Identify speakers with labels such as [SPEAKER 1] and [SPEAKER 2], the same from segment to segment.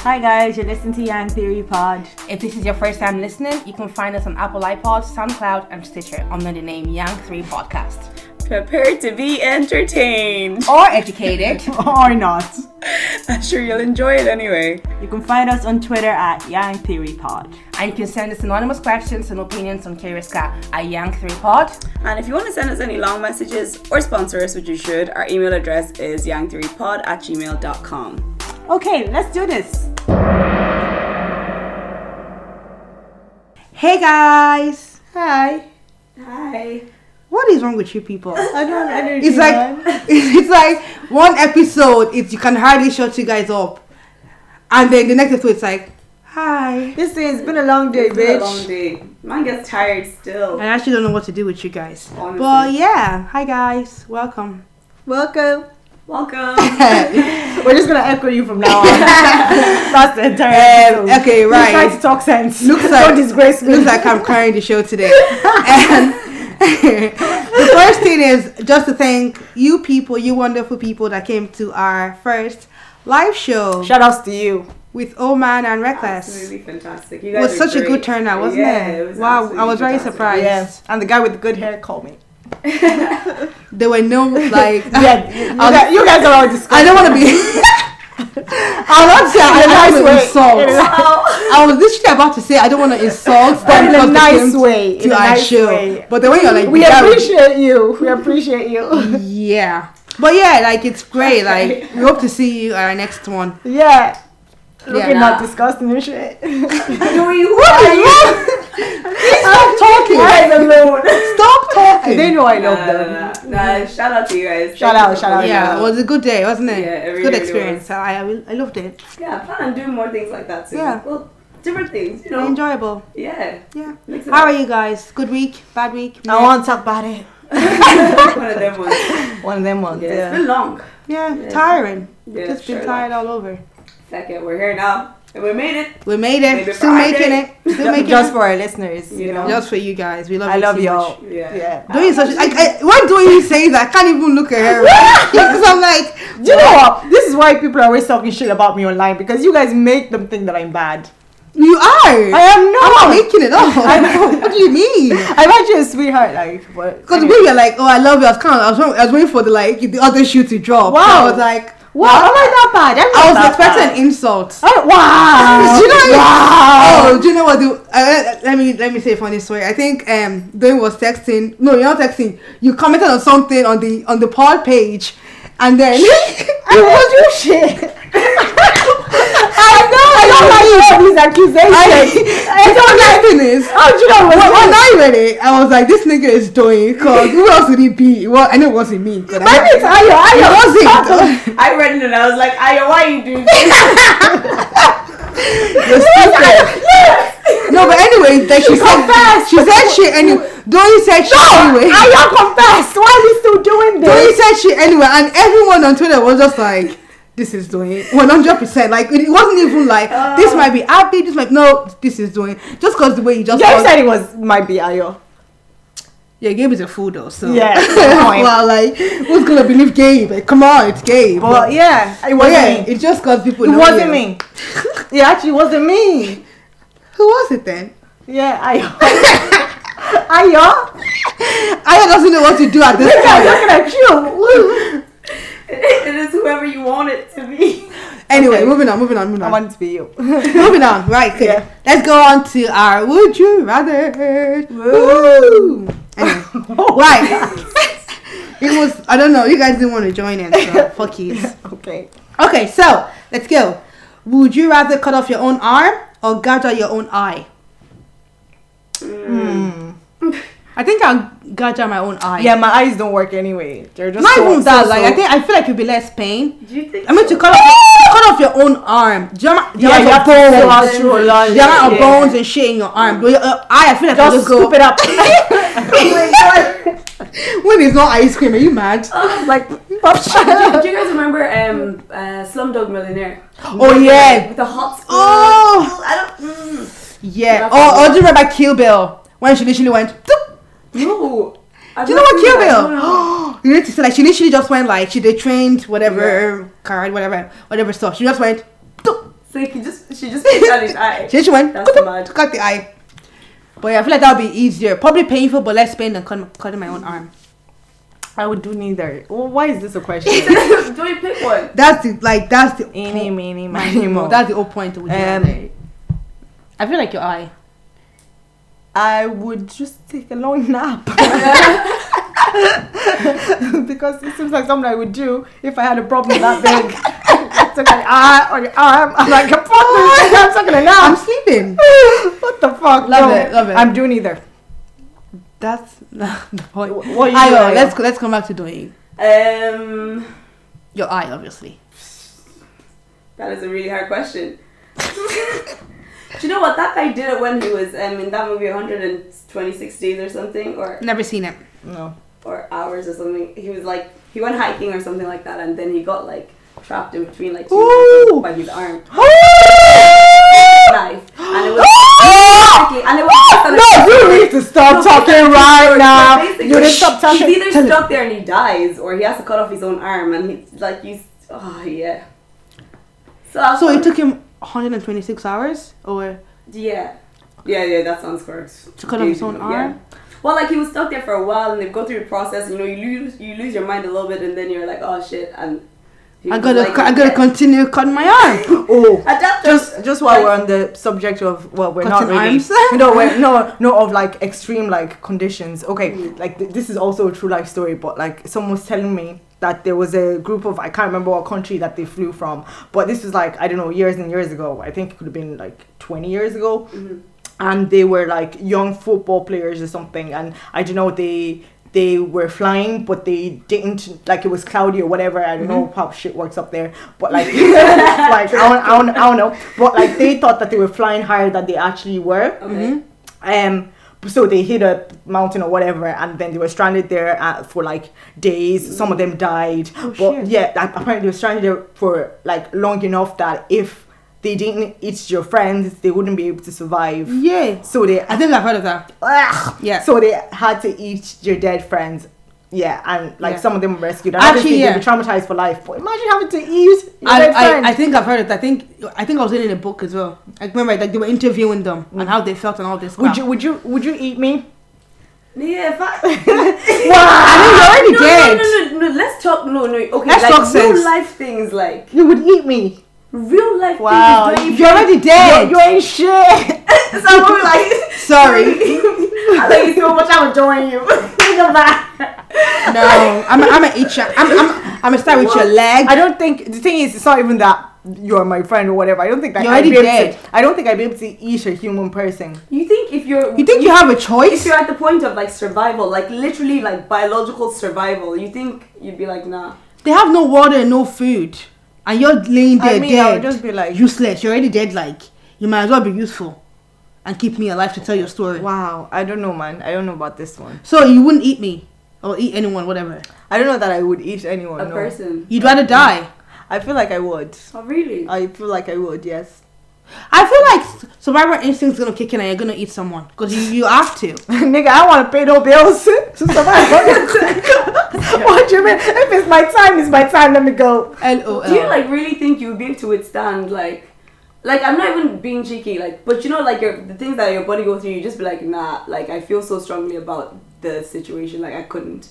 [SPEAKER 1] Hi guys, you're listening to Yang Theory Pod.
[SPEAKER 2] If this is your first time listening, you can find us on Apple iPod, SoundCloud, and Stitcher under the name Yang3 Podcast.
[SPEAKER 3] Prepare to be
[SPEAKER 4] Oh.
[SPEAKER 3] entertained.
[SPEAKER 2] Or educated.
[SPEAKER 1] or not.
[SPEAKER 3] I'm sure you'll enjoy it anyway.
[SPEAKER 1] You can find us on Twitter at Yang Theory Pod.
[SPEAKER 2] and you can send us anonymous questions and opinions on Kiriska at Yang3Pod.
[SPEAKER 3] And if you want to send us any long messages or sponsor us, which you should, our email address is yang3pod at gmail.com.
[SPEAKER 1] Okay, let's do this. Hey guys. Hi.
[SPEAKER 3] Hi.
[SPEAKER 1] What is wrong with you people?
[SPEAKER 3] I don't energy.
[SPEAKER 4] It's like it's like one episode it's you can hardly shut you guys up. And then the next episode it's like, hi.
[SPEAKER 1] This thing has been a long day,
[SPEAKER 3] a long day. Man gets tired still.
[SPEAKER 4] I actually don't know what to do with you guys.
[SPEAKER 3] Honestly.
[SPEAKER 4] But yeah, hi guys. Welcome.
[SPEAKER 1] Welcome.
[SPEAKER 3] Welcome.
[SPEAKER 1] We're just gonna echo you from now on. That's the entire episode.
[SPEAKER 4] Okay,
[SPEAKER 1] We Try
[SPEAKER 4] right.
[SPEAKER 1] to talk sense.
[SPEAKER 4] Looks
[SPEAKER 1] Don't
[SPEAKER 4] like
[SPEAKER 1] disgrace me.
[SPEAKER 4] looks like I'm carrying the show today. and the first thing is just to thank you people, you wonderful people that came to our first live show
[SPEAKER 1] Shout outs to you.
[SPEAKER 4] with Oman and Reckless.
[SPEAKER 3] Absolutely fantastic. You
[SPEAKER 4] It
[SPEAKER 3] guys
[SPEAKER 4] was
[SPEAKER 3] are
[SPEAKER 4] such a
[SPEAKER 3] great.
[SPEAKER 4] good turnout, wasn't
[SPEAKER 3] yeah,
[SPEAKER 4] it?
[SPEAKER 3] it was
[SPEAKER 4] wow, I
[SPEAKER 3] absolutely
[SPEAKER 4] was very
[SPEAKER 3] fantastic.
[SPEAKER 4] surprised.
[SPEAKER 1] Yes. And the guy with the good hair called me.
[SPEAKER 4] There were no like.
[SPEAKER 1] Yeah. You
[SPEAKER 4] I'll-
[SPEAKER 1] guys, you guys are all disgusting.
[SPEAKER 4] I don't want to be. I'm not saying
[SPEAKER 1] In a
[SPEAKER 4] I don't
[SPEAKER 1] nice
[SPEAKER 4] want
[SPEAKER 1] way.
[SPEAKER 4] to
[SPEAKER 1] In
[SPEAKER 4] insult.
[SPEAKER 1] a-
[SPEAKER 3] Oh.
[SPEAKER 4] I was literally about to say I don't want to insult
[SPEAKER 1] But
[SPEAKER 4] them
[SPEAKER 1] in
[SPEAKER 4] because
[SPEAKER 1] a
[SPEAKER 4] they
[SPEAKER 1] nice
[SPEAKER 4] came to-
[SPEAKER 1] way. in
[SPEAKER 4] to
[SPEAKER 1] a
[SPEAKER 4] our
[SPEAKER 1] nice
[SPEAKER 4] show.
[SPEAKER 1] way.
[SPEAKER 4] But the way you're like,
[SPEAKER 1] We
[SPEAKER 4] yeah,
[SPEAKER 1] appreciate you. We appreciate you.
[SPEAKER 4] yeah. But yeah, like it's great. Like we hope to see you at our next one.
[SPEAKER 1] Yeah. Looking
[SPEAKER 4] nah.
[SPEAKER 1] not disgusting and shit.
[SPEAKER 4] What is wrong? Please stop talking.
[SPEAKER 1] Guys alone.
[SPEAKER 4] Stop talking.
[SPEAKER 1] They know I
[SPEAKER 3] Nah,
[SPEAKER 1] love them.
[SPEAKER 3] nah, nah. Nah, shout out to you guys.
[SPEAKER 1] Shout
[SPEAKER 3] Thank
[SPEAKER 1] out,
[SPEAKER 3] you for
[SPEAKER 1] shout out,
[SPEAKER 3] coming.
[SPEAKER 1] yeah.
[SPEAKER 4] Yeah, it was a good day, wasn't it?
[SPEAKER 3] Yeah, it really,
[SPEAKER 4] good
[SPEAKER 3] really
[SPEAKER 4] experience. I, I I loved it.
[SPEAKER 3] Yeah, plan on doing more things like that soon.
[SPEAKER 4] Yeah.
[SPEAKER 3] Well, different things, you know.
[SPEAKER 4] Enjoyable.
[SPEAKER 3] Yeah.
[SPEAKER 4] Yeah.
[SPEAKER 3] Mix it
[SPEAKER 4] How
[SPEAKER 3] up.
[SPEAKER 4] are you guys? Good week? Bad week?
[SPEAKER 1] I want to talk about it.
[SPEAKER 3] One of them ones. Yeah,
[SPEAKER 1] One of them ones.
[SPEAKER 3] It's been long.
[SPEAKER 4] Yeah,
[SPEAKER 3] Yeah.
[SPEAKER 4] tiring.
[SPEAKER 3] Yeah,
[SPEAKER 4] Just
[SPEAKER 3] sure.
[SPEAKER 4] been tired all over.
[SPEAKER 3] Heck yeah, we're here now. And we made it.
[SPEAKER 4] We made
[SPEAKER 3] Maybe
[SPEAKER 4] it. Still
[SPEAKER 3] Friday.
[SPEAKER 4] making it. Still making
[SPEAKER 1] Just
[SPEAKER 4] it.
[SPEAKER 1] for our listeners,
[SPEAKER 3] You
[SPEAKER 1] you know.
[SPEAKER 3] know.
[SPEAKER 4] Just for you guys. We love.
[SPEAKER 1] I
[SPEAKER 4] you
[SPEAKER 1] love
[SPEAKER 4] so
[SPEAKER 1] y'all.
[SPEAKER 3] Yeah.
[SPEAKER 1] Yeah.
[SPEAKER 4] Much. Doing such. I, I, why do you say that? I can't even look at her. Because I'm like,
[SPEAKER 1] Do you know what? This is why people are always talking shit about me online because you guys make them think that I'm bad.
[SPEAKER 4] you are.
[SPEAKER 1] I am
[SPEAKER 4] I'm not
[SPEAKER 1] not.
[SPEAKER 4] making it up.
[SPEAKER 1] I know.
[SPEAKER 4] what do you mean?
[SPEAKER 1] I'm actually a sweetheart, like, but
[SPEAKER 4] Because we were like, oh, I love you. I was kind of, I was, wrong- I was waiting for the like the other shoe to drop.
[SPEAKER 1] Wow.
[SPEAKER 4] I was like,
[SPEAKER 1] wow, am I that bad? I'm
[SPEAKER 4] I
[SPEAKER 1] not
[SPEAKER 4] was
[SPEAKER 1] that
[SPEAKER 4] expecting
[SPEAKER 1] bad.
[SPEAKER 4] an insult.
[SPEAKER 1] I, Oh, wow.
[SPEAKER 4] Do you know what I mean?
[SPEAKER 1] wow.
[SPEAKER 4] Oh, do you know what? The, uh, let me let me say a funny story. I think um, Dwayne was texting. No, you're not texting. You commented on something on the on the pod page, and then
[SPEAKER 1] I told you shit. I know. I don't like all these accusations.
[SPEAKER 4] I don't like this.
[SPEAKER 1] How do you know
[SPEAKER 4] When,
[SPEAKER 1] what
[SPEAKER 4] when
[SPEAKER 1] was
[SPEAKER 4] I read it, I was like, "This nigga is doing." Because who else would he be? Well, I know it wasn't me. But
[SPEAKER 1] My
[SPEAKER 4] I,
[SPEAKER 1] name's Ayo.
[SPEAKER 4] it
[SPEAKER 1] Ayo.
[SPEAKER 4] wasn't.
[SPEAKER 3] I read it and I was like, Aya, why you doing this?
[SPEAKER 4] You're stupid. No, but anyway, like she said, she said shit anyway. Doing said shit anyway.
[SPEAKER 1] Ayo confessed. Why are we still doing
[SPEAKER 4] Doing
[SPEAKER 1] this?
[SPEAKER 4] said shit anyway, and everyone on Twitter was just like, "This is doing 100 percent." Like it wasn't even like this might be happy, this might no, this is doing just because the way you just
[SPEAKER 1] James
[SPEAKER 4] was-
[SPEAKER 1] said it was might be Ayo.
[SPEAKER 4] yeah, Gabe is a fool though. So
[SPEAKER 1] Yeah, good point.
[SPEAKER 4] well, like who's gonna believe Gabe? Like, come on, it's Gabe.
[SPEAKER 1] But yeah, it
[SPEAKER 4] But
[SPEAKER 1] wasn't
[SPEAKER 4] yeah,
[SPEAKER 1] me.
[SPEAKER 4] it just because people.
[SPEAKER 1] It
[SPEAKER 4] know
[SPEAKER 1] wasn't
[SPEAKER 4] you.
[SPEAKER 1] me. It actually wasn't me.
[SPEAKER 4] Who was it then?
[SPEAKER 1] Yeah, Ayo. Ayo.
[SPEAKER 4] I doesn't know what to do at this
[SPEAKER 1] I'm
[SPEAKER 4] point.
[SPEAKER 1] looking at you.
[SPEAKER 3] it is whoever you want it to be.
[SPEAKER 4] Anyway,
[SPEAKER 1] Okay.
[SPEAKER 4] moving on, moving on, moving
[SPEAKER 1] I
[SPEAKER 4] on.
[SPEAKER 1] want it to be you.
[SPEAKER 4] Moving on, right? Okay.
[SPEAKER 1] Yeah.
[SPEAKER 4] Let's go on to our would you rather. Woo. Anyway, right. it was. I don't know. You guys didn't want to join in, so fuck you.
[SPEAKER 1] okay.
[SPEAKER 4] Okay, so let's go. Would you rather cut off your own arm or gouge out your own eye? Hmm. I think I'll gouge out my own eye.
[SPEAKER 1] Hmm. Yeah, my eyes don't work anyway. They're just
[SPEAKER 4] Not
[SPEAKER 1] so,
[SPEAKER 4] even that.
[SPEAKER 1] so-
[SPEAKER 4] like I
[SPEAKER 1] so-
[SPEAKER 4] think I feel like it'd be less pain.
[SPEAKER 3] Do you think
[SPEAKER 4] I mean
[SPEAKER 3] so?
[SPEAKER 4] to cut off, cut off your own arm. Do you know the
[SPEAKER 1] yeah,
[SPEAKER 4] amount
[SPEAKER 1] you
[SPEAKER 4] of
[SPEAKER 1] have to go out
[SPEAKER 4] bones-
[SPEAKER 1] through a lot.
[SPEAKER 4] the amount of
[SPEAKER 3] Yeah.
[SPEAKER 4] bones and shit in your arm. But your uh, eye, I feel like I'll
[SPEAKER 1] Just
[SPEAKER 4] just go.
[SPEAKER 1] scoop it up. Oh
[SPEAKER 4] When it's not ice cream, are you mad?
[SPEAKER 1] Oh. like,
[SPEAKER 3] Do you guys remember um, uh, Slumdog Millionaire?
[SPEAKER 4] Oh yeah,
[SPEAKER 3] With the hot spoon.
[SPEAKER 4] Oh.
[SPEAKER 3] I don't. Mm.
[SPEAKER 4] yeah.
[SPEAKER 3] Not
[SPEAKER 4] Or, or
[SPEAKER 3] really.
[SPEAKER 4] do you remember Kill Bill when she literally went? "Toop."
[SPEAKER 3] No. I've
[SPEAKER 4] Do you know
[SPEAKER 3] not
[SPEAKER 4] what
[SPEAKER 3] seen
[SPEAKER 4] Kill
[SPEAKER 3] that.
[SPEAKER 4] Bill?
[SPEAKER 3] No, no, no.
[SPEAKER 4] you need to say like she literally just went like she they trained whatever card whatever whatever stuff. She just went. "Toop."
[SPEAKER 3] So you can just she just picked out his eye.
[SPEAKER 4] She just went,
[SPEAKER 3] That's mad.
[SPEAKER 4] cut the eye. But yeah, I feel like that would be easier. Probably painful, but less pain than cut- cutting my own arm.
[SPEAKER 1] I would do neither. Well, why is this a question?
[SPEAKER 3] Do we pick one?
[SPEAKER 4] That's the like that's the
[SPEAKER 2] Eeny, meeny, miny,
[SPEAKER 4] Minimo.
[SPEAKER 2] mo.
[SPEAKER 4] That's the whole point. With
[SPEAKER 1] Um,
[SPEAKER 4] um,
[SPEAKER 2] I feel like your eye.
[SPEAKER 1] I would just take a long nap. because it seems like something I would do if I had a problem that big. it's like, ah, or your arm. I'm like, fuck this, I'm taking a nap.
[SPEAKER 4] I'm sleeping.
[SPEAKER 1] what the fuck?
[SPEAKER 4] Love it, love it.
[SPEAKER 1] I'm doing either.
[SPEAKER 4] That's not the point.
[SPEAKER 1] Wh- what you do,
[SPEAKER 4] Ayo,
[SPEAKER 1] Ayo?
[SPEAKER 4] let's go, let's come back to doing
[SPEAKER 3] Um,
[SPEAKER 4] your eye, obviously.
[SPEAKER 3] that is a really hard question. Do you know what that guy did it when he was um, in that movie 126 days or something or
[SPEAKER 4] Never seen it.
[SPEAKER 1] No.
[SPEAKER 3] or hours or something? He was like he went hiking or something like that, and then he got like trapped in between like two
[SPEAKER 1] Ooh.
[SPEAKER 3] mountains by his arm knife, and it was basically- and it was
[SPEAKER 1] No, you need to stop talking right
[SPEAKER 4] Uh,
[SPEAKER 1] now.
[SPEAKER 3] basically,
[SPEAKER 1] You need to stop talking.
[SPEAKER 3] He's either stuck there and he dies, or he has to cut off his own arm, and he's like he's oh yeah. So that's
[SPEAKER 4] So
[SPEAKER 3] what-
[SPEAKER 4] it took him 126 hours or
[SPEAKER 3] Yeah. Yeah, yeah, that sounds correct.
[SPEAKER 4] To cut off his own
[SPEAKER 3] Yeah.
[SPEAKER 4] arm?
[SPEAKER 3] Well, like he was stuck there for a while, and they've gone through the process. And, you know, you lose you lose your mind a little bit, and then you're like, oh shit, and he
[SPEAKER 4] I
[SPEAKER 3] was
[SPEAKER 4] gotta
[SPEAKER 3] like,
[SPEAKER 4] cu- I gotta
[SPEAKER 3] yeah.
[SPEAKER 4] continue cutting my arm.
[SPEAKER 1] Oh.
[SPEAKER 3] At that
[SPEAKER 1] just
[SPEAKER 3] point,
[SPEAKER 1] just while
[SPEAKER 3] like-
[SPEAKER 1] we're on the subject of well we're not
[SPEAKER 4] Cutting
[SPEAKER 1] really
[SPEAKER 4] arms?
[SPEAKER 1] no we're, no no of like extreme like conditions okay like th- this is also a true life story but like someone was telling me that there was a group of i can't remember what country that they flew from but this was like i don't know years and years ago i think it could have been like 20 years ago and they were like young football players or something and i don't know they they were flying but they didn't like it was cloudy or whatever i don't know how shit works up there but like like I don't, I, don't, I don't know but like they thought that they were flying higher than they actually were
[SPEAKER 3] Okay.
[SPEAKER 4] Mm-hmm.
[SPEAKER 1] um so they hit a mountain or whatever and then they were stranded there uh, for like days some of them died but
[SPEAKER 4] shit.
[SPEAKER 1] yeah like, apparently they were stranded there for like long enough that if they didn't eat your friends they wouldn't be able to survive
[SPEAKER 4] yeah,
[SPEAKER 1] so they
[SPEAKER 4] I think I've heard of that.
[SPEAKER 1] Ugh.
[SPEAKER 4] Yeah.
[SPEAKER 1] So they had to eat your dead friends. Yeah, and like
[SPEAKER 4] Yeah.
[SPEAKER 1] some of them were rescued. And
[SPEAKER 4] Actually,
[SPEAKER 1] Actually, they'd be
[SPEAKER 4] yeah.
[SPEAKER 1] traumatized for life. But imagine having to eat your
[SPEAKER 4] I,
[SPEAKER 1] dead
[SPEAKER 4] I, I
[SPEAKER 1] friends.
[SPEAKER 4] think I've heard it. I think I think I was reading a book as well. I remember like they were interviewing them and how they felt and all this.
[SPEAKER 1] would
[SPEAKER 4] crap.
[SPEAKER 1] you? Would you? Would you eat me?
[SPEAKER 3] Yeah, if I,
[SPEAKER 4] I mean,
[SPEAKER 3] no,
[SPEAKER 4] you're already dead.
[SPEAKER 3] no, no, no, no, let's talk. No, no, okay,
[SPEAKER 4] Let's
[SPEAKER 3] like
[SPEAKER 4] talk
[SPEAKER 3] real
[SPEAKER 4] sense.
[SPEAKER 3] life things, like
[SPEAKER 1] You would eat me.
[SPEAKER 3] real life
[SPEAKER 1] Wow,
[SPEAKER 3] things.
[SPEAKER 4] You're already dead.
[SPEAKER 1] You ain't shit.
[SPEAKER 3] You're, so I'm like,
[SPEAKER 4] Sorry.
[SPEAKER 3] I like you so much. I would join you.
[SPEAKER 4] No, I'm a, I'm a eat your, I'm I'm I'm a start with your leg.
[SPEAKER 1] I don't think the thing is. It's not even that you're my friend or whatever. I don't think that
[SPEAKER 4] You're
[SPEAKER 1] I'd be
[SPEAKER 4] already
[SPEAKER 1] able
[SPEAKER 4] dead.
[SPEAKER 1] to. I don't think I'd be able to eat a human person.
[SPEAKER 3] You think if you're
[SPEAKER 4] You think you have a choice?
[SPEAKER 3] if you're at the point of like survival, like literally like biological survival, you think you'd be like, nah.
[SPEAKER 4] They have no water, no food, and you're laying there
[SPEAKER 1] I mean, I
[SPEAKER 4] dead,
[SPEAKER 1] would just be like,
[SPEAKER 4] useless. You're already dead. Like you might as well be useful, and keep me alive to tell your story.
[SPEAKER 1] wow. I don't know, man. I don't know about this one.
[SPEAKER 4] So you wouldn't eat me or eat anyone, whatever.
[SPEAKER 1] I don't know that I would eat anyone.
[SPEAKER 4] Oh,
[SPEAKER 3] A
[SPEAKER 1] no.
[SPEAKER 3] person.
[SPEAKER 4] You'd rather die.
[SPEAKER 1] I feel like I would.
[SPEAKER 3] Oh really?
[SPEAKER 1] I feel like I would. Yes.
[SPEAKER 4] I feel like survivor instinct's gonna kick in, and you're gonna eat someone because you, you have to.
[SPEAKER 1] Nigga, I want to pay no bills to survive. what do you mean? If it's my time, it's my time. Let me go.
[SPEAKER 4] Lol.
[SPEAKER 3] Do you like really think you would be able to withstand like like I'm not even being cheeky, like but you know like your the things that your body goes through, you just be like, nah, like I feel so strongly about the situation, like I couldn't.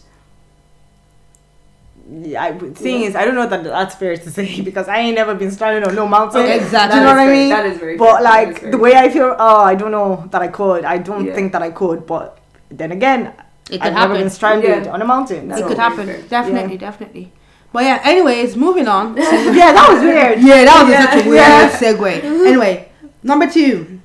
[SPEAKER 1] Yeah, I, would- thing is, I don't know that that's fair to say because I ain't never been stranded on no mountain.
[SPEAKER 4] Okay, exactly.
[SPEAKER 1] Do you know what
[SPEAKER 4] That
[SPEAKER 1] I
[SPEAKER 3] is fair,
[SPEAKER 1] mean?
[SPEAKER 3] that is very fair,
[SPEAKER 1] But
[SPEAKER 3] that is
[SPEAKER 1] like
[SPEAKER 3] very
[SPEAKER 1] the way I feel, oh, I don't know that I could. I don't
[SPEAKER 3] Yeah.
[SPEAKER 1] think that I could. But then again,
[SPEAKER 4] It could
[SPEAKER 1] I've never
[SPEAKER 4] happen.
[SPEAKER 1] been stranded
[SPEAKER 3] Yeah.
[SPEAKER 1] on a mountain.
[SPEAKER 4] it
[SPEAKER 1] so-
[SPEAKER 4] could happen, definitely,
[SPEAKER 1] Yeah.
[SPEAKER 4] definitely. But yeah, anyways, moving on.
[SPEAKER 1] yeah, that was weird.
[SPEAKER 4] Yeah, that was such a
[SPEAKER 1] Yeah.
[SPEAKER 4] weird segue. Anyway, number two,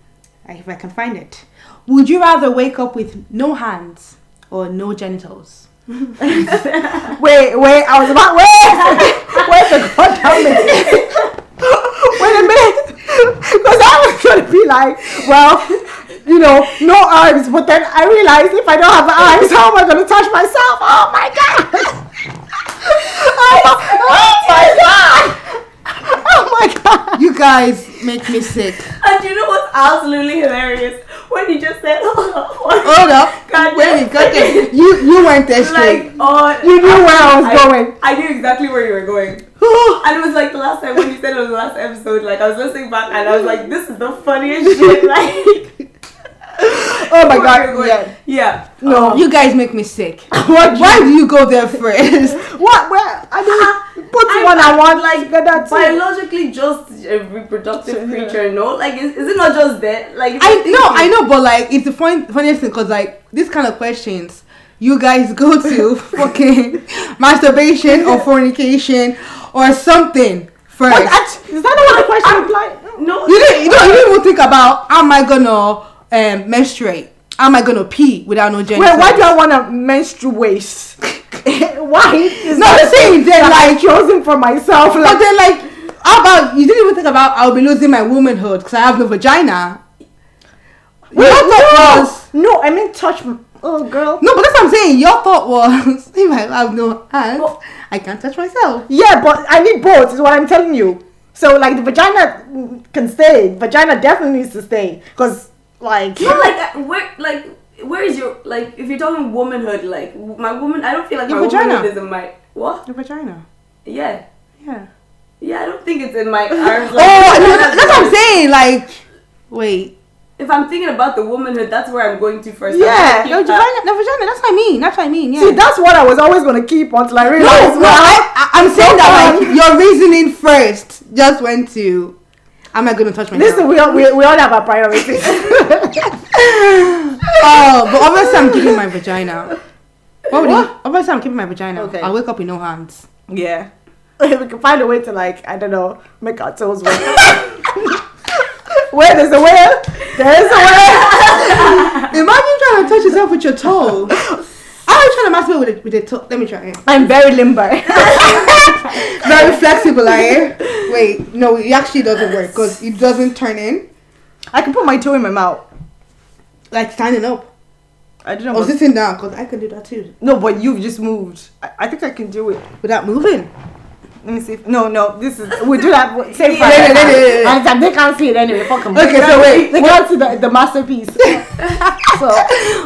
[SPEAKER 4] I- if I can find it, would you rather wake up with no hands or no genitals?
[SPEAKER 1] Wait, wait, I was about wait, wait the goddamn minute. wait a minute, because I was gonna be like, well, you know, no arms, but then I realized if I don't have arms, how am I gonna touch myself? Oh my god! oh, my, oh my god! Oh my god!
[SPEAKER 4] You guys make me sick.
[SPEAKER 3] And you know what's absolutely hilarious? When you just said
[SPEAKER 4] Hold up,
[SPEAKER 3] God
[SPEAKER 4] wait,
[SPEAKER 3] damn.
[SPEAKER 4] got this. You you went there straight.
[SPEAKER 3] like oh
[SPEAKER 1] You knew where I was
[SPEAKER 3] I-
[SPEAKER 1] going.
[SPEAKER 3] I knew exactly where you were going. and it was like the last time when you said it was the last episode. Like I was listening back and I was like, this is the funniest shit. Like
[SPEAKER 1] Oh my
[SPEAKER 3] where
[SPEAKER 1] god.
[SPEAKER 3] you're going.
[SPEAKER 1] Yeah.
[SPEAKER 3] yeah.
[SPEAKER 1] No.
[SPEAKER 4] Oh, You guys make me sick.
[SPEAKER 1] what?
[SPEAKER 4] Why do you go there first?
[SPEAKER 1] What? Where? I mean, put
[SPEAKER 3] I'm-
[SPEAKER 1] one and one
[SPEAKER 3] like,
[SPEAKER 1] like together too.
[SPEAKER 3] Biologically, just a reproductive
[SPEAKER 1] Yeah.
[SPEAKER 3] creature. No, like is, is it not just that? Like if
[SPEAKER 4] I
[SPEAKER 3] you think
[SPEAKER 4] no,
[SPEAKER 3] it-
[SPEAKER 4] I know, but like it's the fun, funniest thing because like these kind of questions you guys go to fucking masturbation or fornication or something first.
[SPEAKER 1] What? act- Is that not what the question implied?
[SPEAKER 3] No,
[SPEAKER 4] you didn't, you, don't, you didn't even think about am I gonna um, menstruate? Am I gonna pee without no gender?
[SPEAKER 1] Wait, why do I want to menstruate? why? Is
[SPEAKER 4] No, the thing is
[SPEAKER 1] that
[SPEAKER 4] that
[SPEAKER 1] I
[SPEAKER 4] like,
[SPEAKER 1] chosen for myself.
[SPEAKER 4] but
[SPEAKER 1] Like,
[SPEAKER 4] then like, how about you didn't even think about I'll be losing my womanhood because I have no vagina.
[SPEAKER 1] Wait,
[SPEAKER 4] your thought
[SPEAKER 1] no,
[SPEAKER 4] was-
[SPEAKER 1] no, I mean touch. m- Oh, girl.
[SPEAKER 4] No, but that's what I'm saying. Your thought was if I have no hands,
[SPEAKER 3] Well-
[SPEAKER 4] I can't touch myself.
[SPEAKER 1] Yeah, but I need both. Is what I'm telling you. So like the vagina mm, can stay. Vagina definitely needs to stay because like.
[SPEAKER 3] No, like uh, where, like where is your like? If you're talking womanhood, like w- my woman, I don't feel like
[SPEAKER 4] Your
[SPEAKER 3] my
[SPEAKER 4] vagina.
[SPEAKER 3] womanhood is in my what?
[SPEAKER 4] Your vagina.
[SPEAKER 3] Yeah,
[SPEAKER 4] Yeah.
[SPEAKER 3] yeah, I don't think it's in my arms.
[SPEAKER 4] Oh,
[SPEAKER 3] like-
[SPEAKER 4] no, that- that's what I'm saying. Like, wait.
[SPEAKER 3] If I'm thinking about the womanhood, that's where I'm going to first. I'm
[SPEAKER 1] Yeah,
[SPEAKER 3] gonna keep
[SPEAKER 4] Your
[SPEAKER 3] that.
[SPEAKER 4] vagina. Your vagina. That's what I mean. That's what I mean. Yeah.
[SPEAKER 1] See, that's what I was always gonna keep until I
[SPEAKER 4] no,
[SPEAKER 1] realized.
[SPEAKER 4] no.
[SPEAKER 1] well,
[SPEAKER 4] I, I- I'm saying that like
[SPEAKER 1] Um,
[SPEAKER 4] your reasoning first just went to, am I gonna touch myself?
[SPEAKER 1] Listen, we all, we, we all have our priorities.
[SPEAKER 4] oh, but obviously I'm keeping my vagina. What would
[SPEAKER 1] What?
[SPEAKER 4] you? Obviously I'm keeping my vagina.
[SPEAKER 1] Okay.
[SPEAKER 4] I'll wake up with no hands.
[SPEAKER 1] yeah. we can find a way to like I don't know make our toes work. Where there's a where, there's a where.
[SPEAKER 4] Imagine trying to touch yourself with your toe. I'm trying to masturbate with a, with a toe. Let me try it.
[SPEAKER 1] I'm very limber.
[SPEAKER 4] Very flexible, I am. Wait, no, it actually doesn't work because it doesn't turn in.
[SPEAKER 1] I can put my toe in my mouth.
[SPEAKER 4] Like standing up
[SPEAKER 1] I don't know.
[SPEAKER 4] or
[SPEAKER 1] about-
[SPEAKER 4] sitting down because I can do that too
[SPEAKER 1] no, but you've just moved. I, I think I can do it.
[SPEAKER 4] without moving.
[SPEAKER 1] Let me see. If, no, no. This is we'll do that. w- Same
[SPEAKER 4] Yeah,
[SPEAKER 1] Friday.
[SPEAKER 4] yeah, yeah, yeah, yeah.
[SPEAKER 1] And then they can't see it anyway. Fuck 'em.
[SPEAKER 4] Okay,
[SPEAKER 1] They
[SPEAKER 4] so
[SPEAKER 1] can't-
[SPEAKER 4] wait,
[SPEAKER 1] They
[SPEAKER 4] what-
[SPEAKER 1] can't see the, the masterpiece. so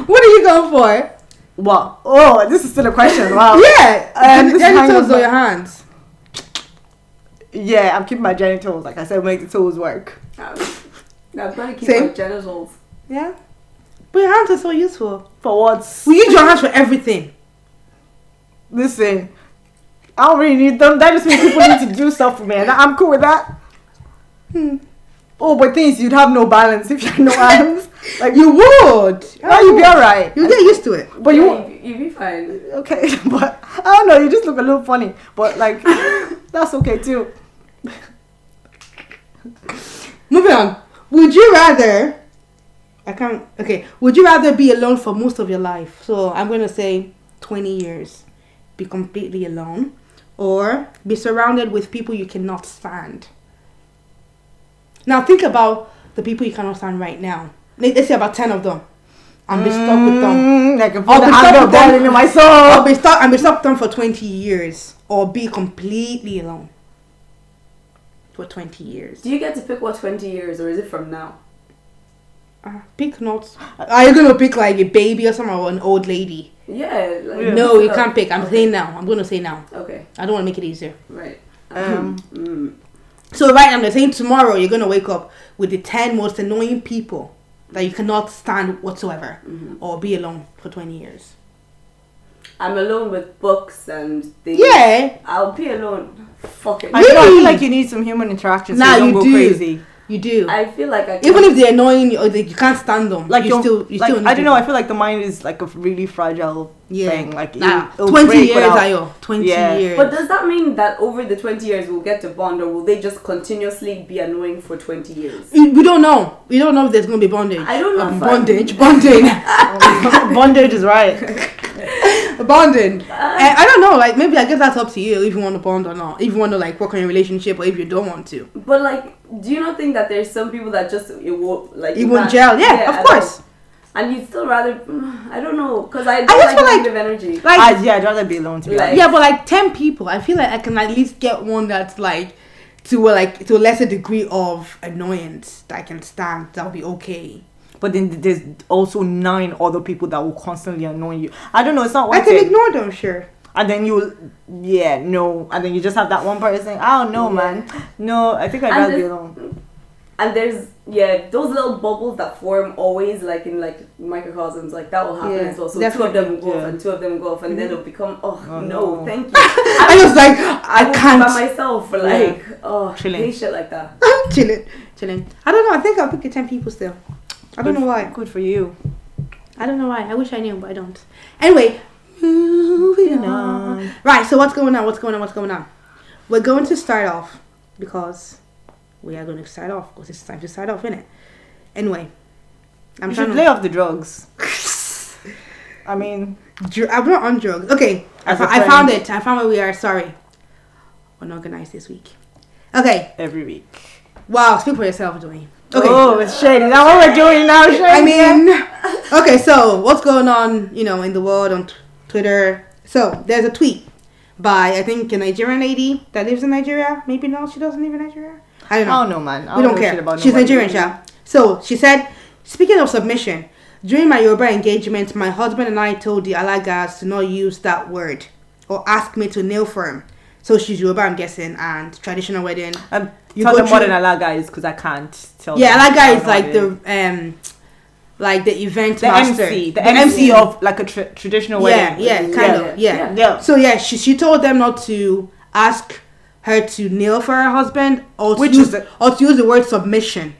[SPEAKER 4] What are you going for?
[SPEAKER 1] what? Oh, this is still a question. Wow.
[SPEAKER 4] yeah,
[SPEAKER 1] um,
[SPEAKER 4] your
[SPEAKER 1] this is
[SPEAKER 4] genitals
[SPEAKER 1] hanging
[SPEAKER 4] or your hands.
[SPEAKER 1] Yeah, I'm keeping my genitals. Like I said, make the toes work.
[SPEAKER 3] No, I'm gonna keep
[SPEAKER 4] Same.
[SPEAKER 3] my genitals.
[SPEAKER 4] Yeah, but your hands are so useful.
[SPEAKER 1] For what?
[SPEAKER 4] We use your hands for everything.
[SPEAKER 1] Listen, I don't really need them. That just means people need to do stuff for me, and I'm cool with that.
[SPEAKER 4] Hmm.
[SPEAKER 1] Oh, but things you'd have no balance if you had no hands. Like you,
[SPEAKER 4] You would.
[SPEAKER 1] oh, you'd be alright.
[SPEAKER 4] You get used to it.
[SPEAKER 1] But you,
[SPEAKER 3] Yeah, you, you be fine.
[SPEAKER 1] okay? But I don't know. You just look a little funny, but like that's okay too.
[SPEAKER 4] Moving on. Would you rather? I can't. Okay. Would you rather be alone for most of your life? So I'm gonna say 20 years, be completely alone, or be surrounded with people you cannot stand. Now think about the people you cannot stand right now. Let- Let's say about 10 of them, and be stuck with them.
[SPEAKER 1] Mm, like if
[SPEAKER 4] I'll
[SPEAKER 1] I'll
[SPEAKER 4] be
[SPEAKER 1] be
[SPEAKER 4] stuck with them.
[SPEAKER 1] boiling in my
[SPEAKER 4] Or
[SPEAKER 1] soul.
[SPEAKER 4] be stuck and be stuck with them for 20 years, or be completely alone for 20 years.
[SPEAKER 3] Do you get to pick what 20 years or is it from now?
[SPEAKER 4] Uh, pick not. Are you gonna pick like a baby or someone or an old lady?
[SPEAKER 3] Yeah. Like,
[SPEAKER 4] No, you
[SPEAKER 3] oh,
[SPEAKER 4] can't pick. I'm saying now. I'm gonna say now.
[SPEAKER 3] Okay.
[SPEAKER 4] I don't want to make it easier.
[SPEAKER 3] Right.
[SPEAKER 1] Um,
[SPEAKER 3] Mm.
[SPEAKER 4] So right, I'm just saying tomorrow you're gonna wake up with the ten most annoying people that you cannot stand whatsoever, or be alone for twenty years.
[SPEAKER 3] I'm alone with books and things.
[SPEAKER 4] Yeah,
[SPEAKER 3] I'll be alone. Fuck it.
[SPEAKER 1] I, don't know, I
[SPEAKER 4] Really?
[SPEAKER 1] feel like you need some human interaction. So
[SPEAKER 4] Nah,
[SPEAKER 1] you don't
[SPEAKER 4] you
[SPEAKER 1] go
[SPEAKER 4] do.
[SPEAKER 1] crazy.
[SPEAKER 4] you do.
[SPEAKER 3] I feel like I can
[SPEAKER 4] Even if they're annoying you or they, you can't stand them, like you
[SPEAKER 1] your-
[SPEAKER 4] still, you
[SPEAKER 1] like,
[SPEAKER 4] still.
[SPEAKER 1] I don't know. I feel like the mind is like a really fragile
[SPEAKER 4] Yeah.
[SPEAKER 1] thing. Like
[SPEAKER 4] Nah,
[SPEAKER 1] it'll- it'll
[SPEAKER 4] twenty
[SPEAKER 1] break
[SPEAKER 4] years,
[SPEAKER 1] without-
[SPEAKER 4] Ayo. Twenty
[SPEAKER 1] Yeah.
[SPEAKER 4] years.
[SPEAKER 3] But does that mean that over the 20 years we'll get to bond or will they just continuously be annoying for 20 years?
[SPEAKER 4] we we don't know. We don't know if there's gonna be bondage.
[SPEAKER 3] I don't know.
[SPEAKER 4] Um,
[SPEAKER 3] if I-
[SPEAKER 4] bondage, bondage.
[SPEAKER 1] Bondage is right.
[SPEAKER 4] bonding.
[SPEAKER 3] Uh.
[SPEAKER 4] I, I don't know. Like maybe I guess that's up to you if you want to bond or not. If you want to like work on your relationship or if you don't want to.
[SPEAKER 3] But like, do you not think that there's some people that just it won't like
[SPEAKER 4] You won't gel.
[SPEAKER 3] can't-
[SPEAKER 4] Yeah,
[SPEAKER 3] I
[SPEAKER 4] of course.
[SPEAKER 3] don't- And you'd still rather mm, I don't know because I, don't
[SPEAKER 4] just
[SPEAKER 3] like
[SPEAKER 4] feel like-
[SPEAKER 3] negative energy.
[SPEAKER 4] Like
[SPEAKER 1] I, yeah, I'd rather be alone. To be
[SPEAKER 3] Like-
[SPEAKER 1] honest.
[SPEAKER 4] yeah, but like ten people, I feel like I can at least get one that's like to a, like to a lesser degree of annoyance that I can stand. That'll be okay.
[SPEAKER 1] But then there's also nine other people that will constantly annoy you. I don't know. It's not
[SPEAKER 4] I
[SPEAKER 1] one
[SPEAKER 4] can
[SPEAKER 1] thing.
[SPEAKER 4] ignore them, sure.
[SPEAKER 1] and then you, yeah, no, and then you just have that one person. Oh no, man, no, I think I'd
[SPEAKER 3] And
[SPEAKER 1] rather be
[SPEAKER 3] this-
[SPEAKER 1] alone.
[SPEAKER 3] And there's yeah, those little bubbles that form always like in like microcosms, like that will happen
[SPEAKER 4] Yeah,
[SPEAKER 3] as well. So two of
[SPEAKER 4] definitely, Mm-hmm.
[SPEAKER 3] them go off
[SPEAKER 1] yeah.
[SPEAKER 3] and two of them go off and then it'll become oh,
[SPEAKER 1] Oh,
[SPEAKER 3] no,
[SPEAKER 1] no.
[SPEAKER 3] thank you. I
[SPEAKER 4] I was like, I
[SPEAKER 3] won't be by
[SPEAKER 4] can't.
[SPEAKER 3] myself for
[SPEAKER 1] Yeah.
[SPEAKER 3] like oh
[SPEAKER 1] Chilling.
[SPEAKER 3] hate shit like that.
[SPEAKER 4] I'm chilling, chilling. I don't know. I think I'll pick the ten people still. I don't know why.
[SPEAKER 1] Good for you.
[SPEAKER 4] I don't know why. I wish I knew, but I don't. Anyway, moving on. Right. So what's going on? What's going on? What's going on? We're going to start off because we are going to start off because it's time to start off, isn't it? Anyway, I'm
[SPEAKER 1] you
[SPEAKER 4] trying
[SPEAKER 1] should
[SPEAKER 4] to.
[SPEAKER 1] lay off the drugs. I mean,
[SPEAKER 4] Dr- I'm not on drugs. Okay, I,
[SPEAKER 1] As a
[SPEAKER 4] fo- I found
[SPEAKER 1] friend.
[SPEAKER 4] it. I found where we are. Sorry, unorganized this week. Okay.
[SPEAKER 1] every week.
[SPEAKER 4] Wow. Speak for yourself, Dwayne. Okay.
[SPEAKER 1] Oh, it's shady. Is that what we're doing now, Shady?
[SPEAKER 4] I mean, okay, so what's going on, you know, in the world on t- Twitter? So there's a tweet by I think a Nigerian lady that lives in Nigeria. Maybe no, she doesn't live in Nigeria. I don't know.
[SPEAKER 1] Oh no, man. I
[SPEAKER 4] we don't
[SPEAKER 1] know
[SPEAKER 4] care.
[SPEAKER 1] shit about
[SPEAKER 4] She's
[SPEAKER 1] nobody.
[SPEAKER 4] Nigerian, yeah. So she said, speaking of submission, during my Yoruba engagement, my husband and I told the Alagas to not use that word or ask me to kneel for him. So she's Yoruba, I'm guessing, and traditional wedding.
[SPEAKER 1] Um,
[SPEAKER 4] You
[SPEAKER 1] tell
[SPEAKER 4] go
[SPEAKER 1] them what an
[SPEAKER 4] through-
[SPEAKER 1] alaga is because I can't tell.
[SPEAKER 4] Yeah,
[SPEAKER 1] them. I
[SPEAKER 4] Alaga
[SPEAKER 1] don't
[SPEAKER 4] is
[SPEAKER 1] know what
[SPEAKER 4] like
[SPEAKER 1] it
[SPEAKER 4] the um, like the event
[SPEAKER 1] the
[SPEAKER 4] master,
[SPEAKER 1] MC, the, MC of like a tra- traditional
[SPEAKER 4] yeah,
[SPEAKER 1] wedding.
[SPEAKER 4] yeah, kind of, yeah.
[SPEAKER 3] Yeah.
[SPEAKER 1] Yeah.
[SPEAKER 4] So yeah, she she told them not to ask her to kneel for her husband or to
[SPEAKER 1] Which
[SPEAKER 4] use,
[SPEAKER 1] is a-
[SPEAKER 4] or to use the word submission,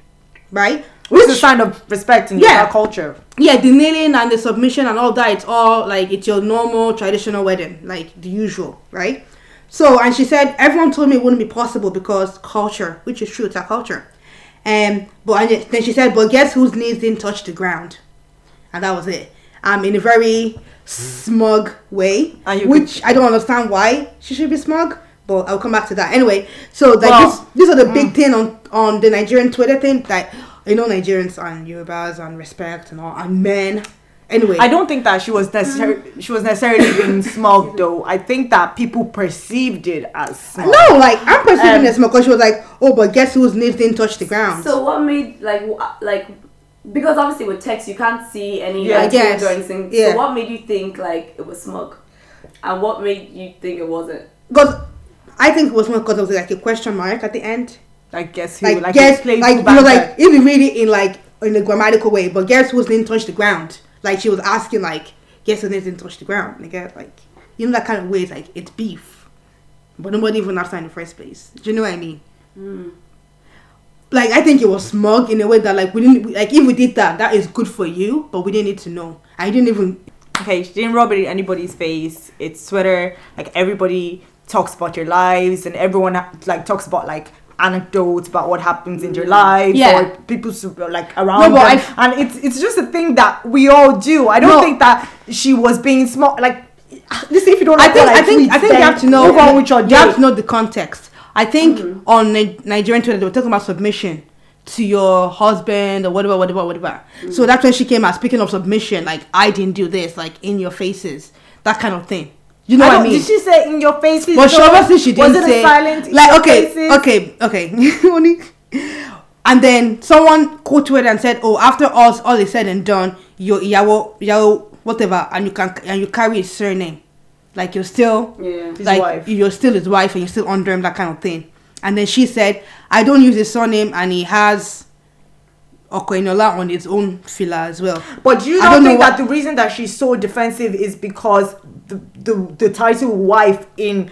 [SPEAKER 4] right?
[SPEAKER 1] Which is a sign of respect in
[SPEAKER 4] Yeah.
[SPEAKER 1] our culture.
[SPEAKER 4] yeah, the kneeling and the submission and all that, it's all like it's your normal traditional wedding, like the usual, right? So, and she said, everyone told me it wouldn't be possible because culture, which is true, it's our culture. Um, but and then she said, but guess whose knees didn't touch the ground? And that was it. Um, in a very smug way,
[SPEAKER 1] And you
[SPEAKER 4] which I don't understand why she should be smug, but I'll come back to that. Anyway, so like
[SPEAKER 1] Well,
[SPEAKER 4] this, these are the
[SPEAKER 1] Mm.
[SPEAKER 4] big thing on on the Nigerian Twitter thing that you know Nigerians and Yorubas and respect and all and men. Anyway,
[SPEAKER 1] I don't think that she was necessarily she was necessarily being smug though. I think that people perceived it as smug.
[SPEAKER 4] no like I'm perceiving
[SPEAKER 1] Um,
[SPEAKER 4] this because she was like, oh, but guess whose knees didn't touch the ground?
[SPEAKER 3] So what made like w- uh, like because obviously with text you can't see any
[SPEAKER 1] Yeah,
[SPEAKER 4] I
[SPEAKER 3] like,
[SPEAKER 4] guess.
[SPEAKER 3] or anything.
[SPEAKER 4] Yeah.
[SPEAKER 3] So what made you think like it was smug? And what made you think it wasn't?
[SPEAKER 4] Because I think it was more because it was like a question mark at the end.
[SPEAKER 1] I guess he
[SPEAKER 4] Like,
[SPEAKER 1] would like
[SPEAKER 4] guess,
[SPEAKER 1] play
[SPEAKER 4] like you know, like if you read it in like in a grammatical way, but guess whose didn't touch the ground? Like she was asking, like guess whose knees didn't touch the ground? Nigga, like you know that kind of way. It's like it's beef, but nobody even asked her in the first place. Do you know what I mean?
[SPEAKER 1] Hmm.
[SPEAKER 4] like I think it was smug in a way that like we didn't like if we did that that is good for you but we didn't need to know I didn't even
[SPEAKER 1] okay, she didn't rub it in anybody's face. It's Twitter. Like everybody talks about your lives, and everyone ha- like talks about like anecdotes about what happens in your life
[SPEAKER 4] Mm. Yeah.
[SPEAKER 1] or people su- like around
[SPEAKER 4] No, but
[SPEAKER 1] them. and it's it's just a thing that we all do. I don't
[SPEAKER 4] No.
[SPEAKER 1] think that she was being smart. Like listen, if you don't,
[SPEAKER 4] I
[SPEAKER 1] like
[SPEAKER 4] think
[SPEAKER 1] what
[SPEAKER 4] I think
[SPEAKER 1] tweet,
[SPEAKER 4] I think you
[SPEAKER 1] then
[SPEAKER 4] have to know
[SPEAKER 1] move on with your Mm-hmm.
[SPEAKER 4] you have
[SPEAKER 1] day.
[SPEAKER 4] to know the context I think on Ni- Nigerian Twitter they were talking about submission to your husband or whatever whatever whatever
[SPEAKER 1] Mm-hmm.
[SPEAKER 4] so that's when she came out speaking of submission like I didn't do this like in your faces that kind of thing you know
[SPEAKER 1] I
[SPEAKER 4] what I
[SPEAKER 1] don't-
[SPEAKER 4] mean
[SPEAKER 1] Did she say in your faces?
[SPEAKER 4] But she
[SPEAKER 1] though?
[SPEAKER 4] obviously she didn't
[SPEAKER 1] was it
[SPEAKER 4] say
[SPEAKER 1] a silent in
[SPEAKER 4] like
[SPEAKER 1] your
[SPEAKER 4] okay,
[SPEAKER 1] faces?
[SPEAKER 4] okay, okay, Only- And then someone quoted and said, "Oh, after us, all is said and done, your yawo yawo whatever, and you can and you carry his surname, like you're still
[SPEAKER 3] Yeah.
[SPEAKER 1] His
[SPEAKER 4] like
[SPEAKER 1] wife.
[SPEAKER 4] you're still his wife and you're still under him, that kind of thing." And then she said, "I don't use his surname, and he has." Okoinola on his own filler as well.
[SPEAKER 1] But you
[SPEAKER 4] I
[SPEAKER 1] don't,
[SPEAKER 4] don't know
[SPEAKER 1] think
[SPEAKER 4] what-
[SPEAKER 1] that the reason that she's so defensive is because the the, the title wife in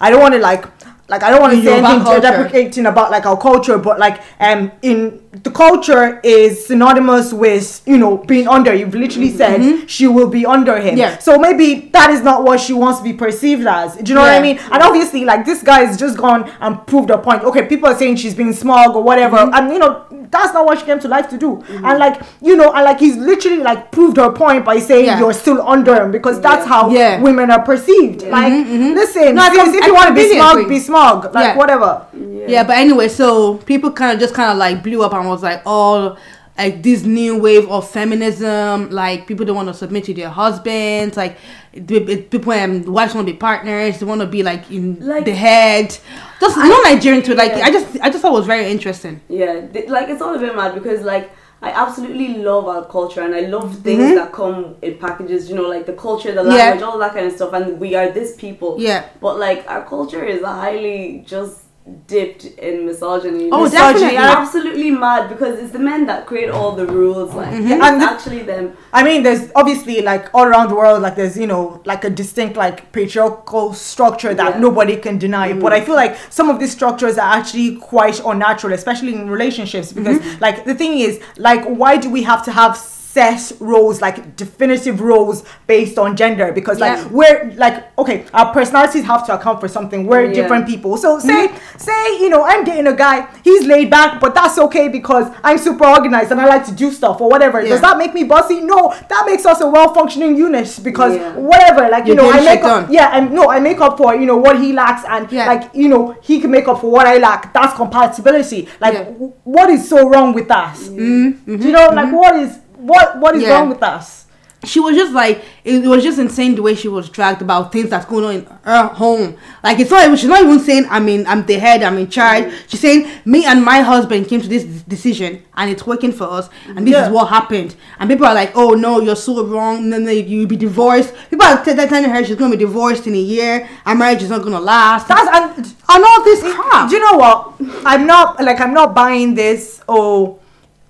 [SPEAKER 1] I don't want to like like I don't want to
[SPEAKER 4] In
[SPEAKER 1] say
[SPEAKER 4] Yoruba
[SPEAKER 1] anything
[SPEAKER 4] culture.
[SPEAKER 1] deprecating about like our culture, but like um in the culture is synonymous with you know being under. You've literally said she will be under him.
[SPEAKER 4] Mm-hmm. Yeah.
[SPEAKER 1] So maybe that is not what she wants to be perceived as. Do you know what I
[SPEAKER 4] Yeah.
[SPEAKER 1] mean? And obviously, like this guy has just gone and proved a point. Okay, people are saying she's being smug or whatever,
[SPEAKER 4] Mm-hmm.
[SPEAKER 1] and you know that's not what she came to life to do. And like you know, and like he's literally like proved her point by saying
[SPEAKER 4] Yeah.
[SPEAKER 1] you're still under him because that's how
[SPEAKER 4] Yeah. Mm-hmm,
[SPEAKER 1] women are perceived. Like, listen,
[SPEAKER 4] No, I
[SPEAKER 1] sis,
[SPEAKER 4] com-
[SPEAKER 1] if
[SPEAKER 4] I
[SPEAKER 1] you want to be
[SPEAKER 4] completely
[SPEAKER 1] smug,
[SPEAKER 4] agree.
[SPEAKER 1] be smug. Like
[SPEAKER 4] Yeah.
[SPEAKER 1] whatever.
[SPEAKER 4] Yeah. but anyway, so people kind of just kind of like blew up and was like, oh, like this new wave of feminism, like people don't want to submit to their husbands, like it- it- people and wives want to be partners, they want to be like in
[SPEAKER 3] Like-
[SPEAKER 4] the head. Just no Nigerian too. Like I just I just thought it was very interesting.
[SPEAKER 3] Yeah, th- like it's all a bit mad because like I absolutely love our culture and I love things
[SPEAKER 4] Mhm.
[SPEAKER 3] that come in packages, you know, like the culture, the
[SPEAKER 4] Yeah.
[SPEAKER 3] language, all that kind of stuff. And we are this people.
[SPEAKER 4] Yeah.
[SPEAKER 3] But like our culture is highly just dipped in misogyny.
[SPEAKER 4] Oh,
[SPEAKER 3] misogyny.
[SPEAKER 4] definitely.
[SPEAKER 3] I'm absolutely mad because it's the men that create all the rules. Like,
[SPEAKER 1] And
[SPEAKER 4] Mm-hmm.
[SPEAKER 3] it's
[SPEAKER 1] the-
[SPEAKER 3] actually them.
[SPEAKER 1] I mean, there's obviously like all around the world, like there's you know like a distinct like patriarchal structure that
[SPEAKER 3] Yeah. Mm-hmm.
[SPEAKER 1] nobody can deny. But I feel like some of these structures are actually quite unnatural, especially in relationships, because
[SPEAKER 3] Mm-hmm.
[SPEAKER 1] like the thing is, like why do we have to have set roles like definitive roles based on gender because like
[SPEAKER 4] Yeah.
[SPEAKER 1] we're like okay our personalities have to account for something we're
[SPEAKER 3] Yeah.
[SPEAKER 1] different people so say
[SPEAKER 4] Mm-hmm.
[SPEAKER 1] say you know i'm dating a guy he's laid back but that's okay because i'm super organized and i like to do stuff or whatever
[SPEAKER 4] Yeah.
[SPEAKER 1] does that make me bossy? No, that makes us a well-functioning unit because
[SPEAKER 3] Yeah.
[SPEAKER 1] whatever, like you
[SPEAKER 4] You're
[SPEAKER 1] know, I
[SPEAKER 4] getting
[SPEAKER 1] make
[SPEAKER 4] shit
[SPEAKER 1] up.
[SPEAKER 4] done.
[SPEAKER 1] Yeah, I no, I make up for you know what he lacks, and
[SPEAKER 4] Yeah.
[SPEAKER 1] like you know he can make up for what I lack. That's compatibility. Like,
[SPEAKER 4] Yeah. Mm-hmm.
[SPEAKER 1] w- what is so wrong with us? Do you know, like what is what what is
[SPEAKER 4] Yeah.
[SPEAKER 1] wrong with us?
[SPEAKER 4] she was just like it was just insane the way she was dragged about things that's going on in her home. Like it's not even she's not even saying I mean I'm the head, I'm in charge. She's saying me and my husband came to this d- decision and it's working for us and this
[SPEAKER 1] Yeah.
[SPEAKER 4] is what happened. And people are like, Oh no, you're so wrong, no no you'll be divorced. People are t- telling her she's gonna be divorced in a year, our marriage is not gonna last.
[SPEAKER 1] That's and
[SPEAKER 4] and all this crap.
[SPEAKER 1] Do you know what? I'm not like I'm not buying this. Oh,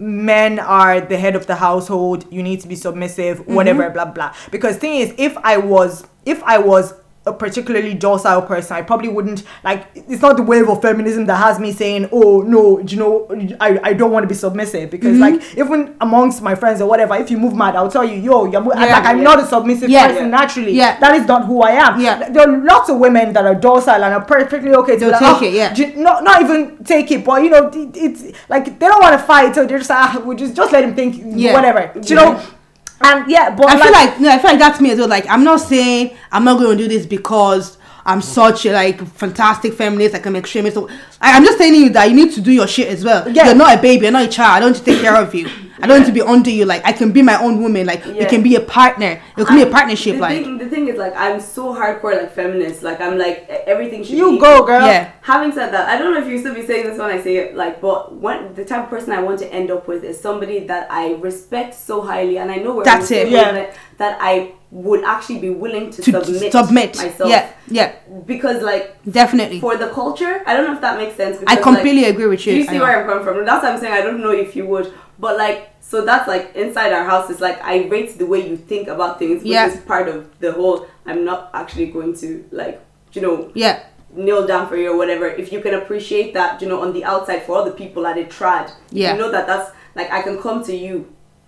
[SPEAKER 1] men are the head of the household. You need to be submissive.
[SPEAKER 4] Mm-hmm.
[SPEAKER 1] Whatever, blah blah. Because thing is, if I was, if I was a particularly docile person, I probably wouldn't like. It's not the wave of feminism that has me saying, "Oh no, do you know, I, I don't want to be submissive." Because
[SPEAKER 4] Mm-hmm.
[SPEAKER 1] like even amongst my friends or whatever, if you move mad, I'll tell you, "Yo, you're mo-
[SPEAKER 4] Yeah.
[SPEAKER 1] like I'm
[SPEAKER 3] Yeah.
[SPEAKER 1] not a submissive
[SPEAKER 4] Yeah.
[SPEAKER 1] person naturally.
[SPEAKER 4] Yeah.
[SPEAKER 1] that is not who I am."
[SPEAKER 4] Yeah.
[SPEAKER 1] there are lots of women that are docile and are perfectly okay to
[SPEAKER 4] They'll
[SPEAKER 1] like,
[SPEAKER 4] take
[SPEAKER 1] "Ah,
[SPEAKER 4] it, yeah.
[SPEAKER 1] do you- not not even take it, but you know, it, it's like they don't want to fight, so they're just like, ah, we just just let him think
[SPEAKER 4] Yeah.
[SPEAKER 1] whatever, do you know. And yeah, but
[SPEAKER 4] I
[SPEAKER 1] like,
[SPEAKER 4] feel like no, I feel like that's me as well. Like I'm not saying I'm not going to do this because I'm such a like fantastic feminist. Like I'm extremist. So, I, I'm just telling you that you need to do your shit as well.
[SPEAKER 1] Yeah.
[SPEAKER 4] You're not a baby. You're not a child. I don't need to take care of you. I don't need to be under you. Like I can be my own woman. Like we
[SPEAKER 3] Yeah.
[SPEAKER 4] can be a partner. It can be a partnership.
[SPEAKER 3] The
[SPEAKER 4] Like
[SPEAKER 3] thing, the thing is, like, I'm so hardcore, like, feminist. Like, I'm like, e- everything should be
[SPEAKER 1] you
[SPEAKER 3] equal.
[SPEAKER 1] go, girl.
[SPEAKER 4] yeah,
[SPEAKER 3] Having said that, I don't know if you still be saying this when I say it, like, but when the type of person I want to end up with is somebody that I respect so highly, and I know we're on the
[SPEAKER 4] That's it.
[SPEAKER 3] same
[SPEAKER 1] Yeah.
[SPEAKER 3] wavelength, That I would actually be willing to,
[SPEAKER 4] to
[SPEAKER 3] submit,
[SPEAKER 4] submit.
[SPEAKER 3] myself.
[SPEAKER 4] Yeah, yeah,
[SPEAKER 3] Because, like,
[SPEAKER 4] definitely.
[SPEAKER 3] for the culture, I don't know if that makes sense.
[SPEAKER 4] I
[SPEAKER 3] Because,
[SPEAKER 4] completely
[SPEAKER 3] like,
[SPEAKER 4] agree with you.
[SPEAKER 3] you
[SPEAKER 4] I
[SPEAKER 3] see
[SPEAKER 4] know.
[SPEAKER 3] where I'm coming from. That's what I'm saying. I don't know if you would, but like, so that's like inside our house. It's like I rate the way you think about things, which
[SPEAKER 4] Yeah.
[SPEAKER 3] is part of the whole. I'm not actually going to like, you know,
[SPEAKER 4] yeah,
[SPEAKER 3] kneel down for you or whatever. If you can appreciate that, you know, on the outside for other people that they tried,
[SPEAKER 4] Yeah.
[SPEAKER 3] you know that that's like I can come to you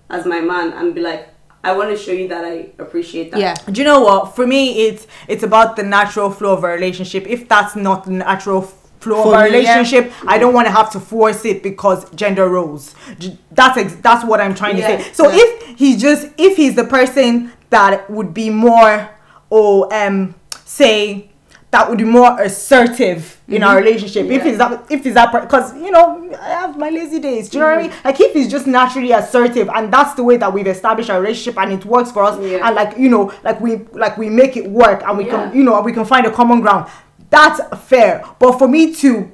[SPEAKER 3] as my man and be like, I want to show you that I appreciate that.
[SPEAKER 4] yeah.
[SPEAKER 1] Do you know what? For me, it's it's about the natural flow of a relationship. If that's not the natural f- flow
[SPEAKER 4] For
[SPEAKER 1] of a
[SPEAKER 4] me, yeah.
[SPEAKER 1] relationship, I don't want to have to force it because gender roles. J- That's ex- that's what I'm trying to
[SPEAKER 3] Yeah.
[SPEAKER 1] say. So
[SPEAKER 4] Yeah.
[SPEAKER 1] if he's just if he's the person that would be more or um say that would be more assertive in our relationship if
[SPEAKER 3] Mm-hmm. Yeah.
[SPEAKER 1] he's that if he's that because you know i have my lazy days do you know what i
[SPEAKER 3] Mm-hmm.
[SPEAKER 1] mean like if he's just naturally assertive and that's the way that we've established our relationship and it works for us
[SPEAKER 3] Yeah.
[SPEAKER 1] and like you know like we like we make it work and we
[SPEAKER 3] Yeah.
[SPEAKER 1] can you know we can find a common ground that's fair but for me to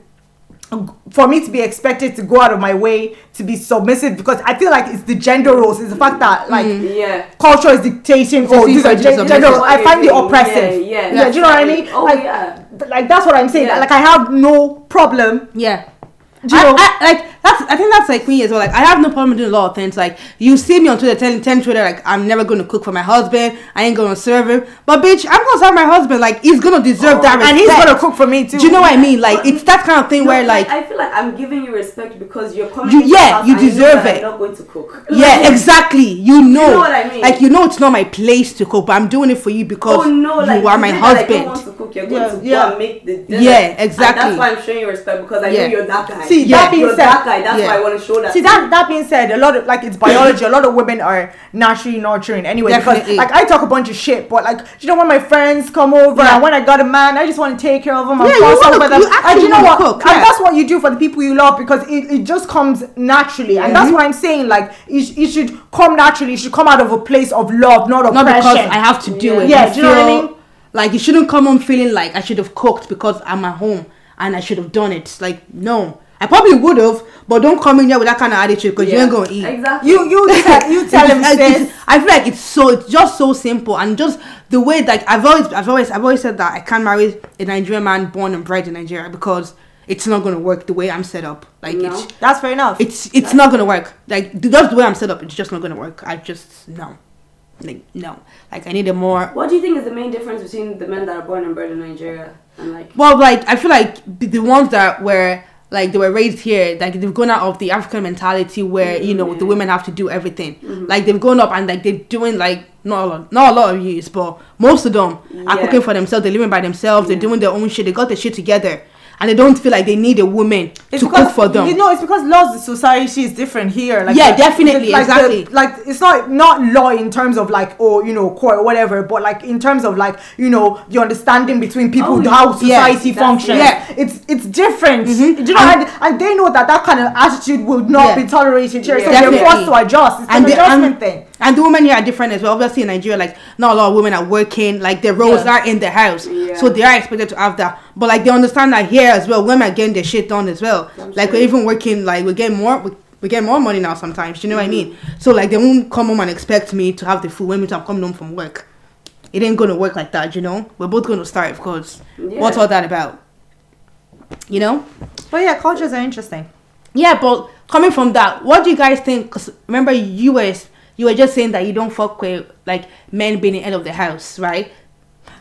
[SPEAKER 1] for me to be expected to go out of my way to be submissive because i feel like it's the gender roles it's the fact that like
[SPEAKER 3] Yeah.
[SPEAKER 1] culture is dictating oh
[SPEAKER 4] seem
[SPEAKER 1] these are
[SPEAKER 4] like it's
[SPEAKER 1] gen-
[SPEAKER 4] submissive.
[SPEAKER 1] gender roles. i find it
[SPEAKER 3] Yeah,
[SPEAKER 1] oppressive
[SPEAKER 3] yeah,
[SPEAKER 1] yeah, do you know what i mean
[SPEAKER 3] Oh,
[SPEAKER 1] like,
[SPEAKER 3] yeah.
[SPEAKER 1] th- like that's what i'm saying
[SPEAKER 3] Yeah.
[SPEAKER 1] like i have no problem
[SPEAKER 4] Yeah.
[SPEAKER 1] Do you
[SPEAKER 4] I,
[SPEAKER 1] know-
[SPEAKER 4] I, like that's I think that's like me as well. Like I have no problem doing a lot of things. Like you see me on Twitter telling telling Twitter like I'm never gonna cook for my husband. I ain't gonna serve him. But bitch, I'm gonna serve my husband. Like he's gonna deserve that
[SPEAKER 1] and he's
[SPEAKER 4] respect.
[SPEAKER 1] gonna cook for me too
[SPEAKER 4] Do you know what I mean? Like it's that kind of thing
[SPEAKER 3] No,
[SPEAKER 4] where like
[SPEAKER 3] I feel like I'm giving you respect because you're coming.
[SPEAKER 4] You-
[SPEAKER 3] into the
[SPEAKER 4] yeah,
[SPEAKER 3] house
[SPEAKER 4] you
[SPEAKER 3] and know
[SPEAKER 4] deserve
[SPEAKER 3] that
[SPEAKER 4] it.
[SPEAKER 3] I'm not going to cook.
[SPEAKER 4] yeah, exactly. You know,
[SPEAKER 3] what I mean?
[SPEAKER 4] Like you know, it's not my place to cook, but I'm doing it for you because
[SPEAKER 3] Oh no! Like
[SPEAKER 4] you are my
[SPEAKER 3] said That I don't want
[SPEAKER 4] husband.
[SPEAKER 3] to cook. You're going
[SPEAKER 1] Yeah,
[SPEAKER 3] to go
[SPEAKER 1] yeah.
[SPEAKER 3] and make the dinner.
[SPEAKER 4] Yeah,
[SPEAKER 3] And
[SPEAKER 4] exactly.
[SPEAKER 3] that's why I'm showing you respect because I
[SPEAKER 4] Yeah.
[SPEAKER 3] know you're that guy.
[SPEAKER 1] See,
[SPEAKER 3] yeah,
[SPEAKER 1] that being
[SPEAKER 3] you're
[SPEAKER 1] said-
[SPEAKER 3] that guy. That's
[SPEAKER 4] yeah.
[SPEAKER 3] why I want to show that.
[SPEAKER 1] See
[SPEAKER 3] to
[SPEAKER 1] that that being said, a lot of like it's biology. A lot of women are naturally nurturing anyway
[SPEAKER 4] Definitely.
[SPEAKER 1] because like I talk a bunch of shit, but like you know when my friends come over
[SPEAKER 4] Yeah.
[SPEAKER 1] and when I got a man, I just want to take care of him and
[SPEAKER 4] Yeah, you
[SPEAKER 1] fuss
[SPEAKER 4] wanna-
[SPEAKER 1] over them.
[SPEAKER 4] you actually
[SPEAKER 1] and you know
[SPEAKER 4] wanna
[SPEAKER 1] what?
[SPEAKER 4] cook,
[SPEAKER 1] And
[SPEAKER 4] yeah.
[SPEAKER 1] that's what you do for the people you love because it, it just comes naturally, and that's what I'm saying. Like it, sh- it should come naturally. It should come out of a place of love, not
[SPEAKER 4] Not
[SPEAKER 1] oppression.
[SPEAKER 4] because I have to do
[SPEAKER 3] Yeah.
[SPEAKER 4] it.
[SPEAKER 1] Yeah, do you know what I
[SPEAKER 4] feel-
[SPEAKER 1] mean?
[SPEAKER 4] Like you shouldn't come home feeling like I should have cooked because I'm at home and I should have done it. Like no, I probably would have, but don't come in there with that kind of attitude because you
[SPEAKER 3] Yeah.
[SPEAKER 4] ain't gonna eat.
[SPEAKER 3] Exactly.
[SPEAKER 1] You you te- you tell him
[SPEAKER 4] It's- it's-
[SPEAKER 1] sis.
[SPEAKER 4] I feel like it's so it's just so simple and just the way like I've always I've always I've always said that I can't marry a Nigerian man born and bred in Nigeria because it's not gonna work the way I'm set up. Like
[SPEAKER 3] No.
[SPEAKER 4] it's
[SPEAKER 1] That's fair enough.
[SPEAKER 4] it's it's not gonna work. Like the- just the way I'm set up, it's just not gonna work. I just no, like no. Like I need a more
[SPEAKER 3] What do you think is the main difference between the men that are born and bred in Nigeria and like
[SPEAKER 4] Well, like I feel like the the ones that were like they were raised here, like they've gone out of the African mentality where you know the women have to do everything. Like they've grown up and like they're doing like not a lot, not a lot of years, but most of them are
[SPEAKER 3] Yeah.
[SPEAKER 4] cooking for themselves. They're living by themselves. They're
[SPEAKER 3] Yeah.
[SPEAKER 4] doing their own shit. They got their shit together, and they don't feel like they need a woman to
[SPEAKER 1] because,
[SPEAKER 4] cook for them.
[SPEAKER 1] You know, it's because laws of society is different here. Like
[SPEAKER 4] Yeah,
[SPEAKER 1] the-
[SPEAKER 4] definitely,
[SPEAKER 1] the- like the-
[SPEAKER 4] exactly.
[SPEAKER 1] like it's not not law in terms of like oh you know court or whatever, but like in terms of like you know the understanding between people,
[SPEAKER 3] Oh,
[SPEAKER 1] how
[SPEAKER 4] yeah,
[SPEAKER 1] society
[SPEAKER 3] that's
[SPEAKER 1] functions.
[SPEAKER 4] it. Yeah.
[SPEAKER 1] it's it's different.
[SPEAKER 4] Mhm.
[SPEAKER 1] Do you know? And, and, they know that that kind of attitude would not
[SPEAKER 4] Yeah.
[SPEAKER 1] be tolerated here, so
[SPEAKER 3] Yeah.
[SPEAKER 1] they're forced
[SPEAKER 4] Definitely.
[SPEAKER 1] to adjust. It's an
[SPEAKER 4] the- um,
[SPEAKER 1] adjustment thing.
[SPEAKER 4] And the women here are different as well. Obviously, in Nigeria, like not a lot of women are working. Like their roles
[SPEAKER 1] Yeah.
[SPEAKER 4] are in the house,
[SPEAKER 3] Yeah.
[SPEAKER 4] so they are expected to have that. But like they understand that here as well, women are getting their shit done as well.
[SPEAKER 3] I'm
[SPEAKER 4] like
[SPEAKER 3] sure.
[SPEAKER 4] we're even working. Like we get more. We, we get more money now sometimes. You know what I mean?
[SPEAKER 1] Mm-hmm.
[SPEAKER 4] So like they won't come home and expect me to have the food when I'm coming home from work. It ain't gonna work like that. You know, we're both gonna start, of course.
[SPEAKER 3] Yeah.
[SPEAKER 4] What's all that about? You know.
[SPEAKER 1] But yeah, cultures are interesting.
[SPEAKER 4] Yeah, but coming from that, what do you guys think? Because remember, you were you were just saying that you don't fuck with like men being in the end of the house, right?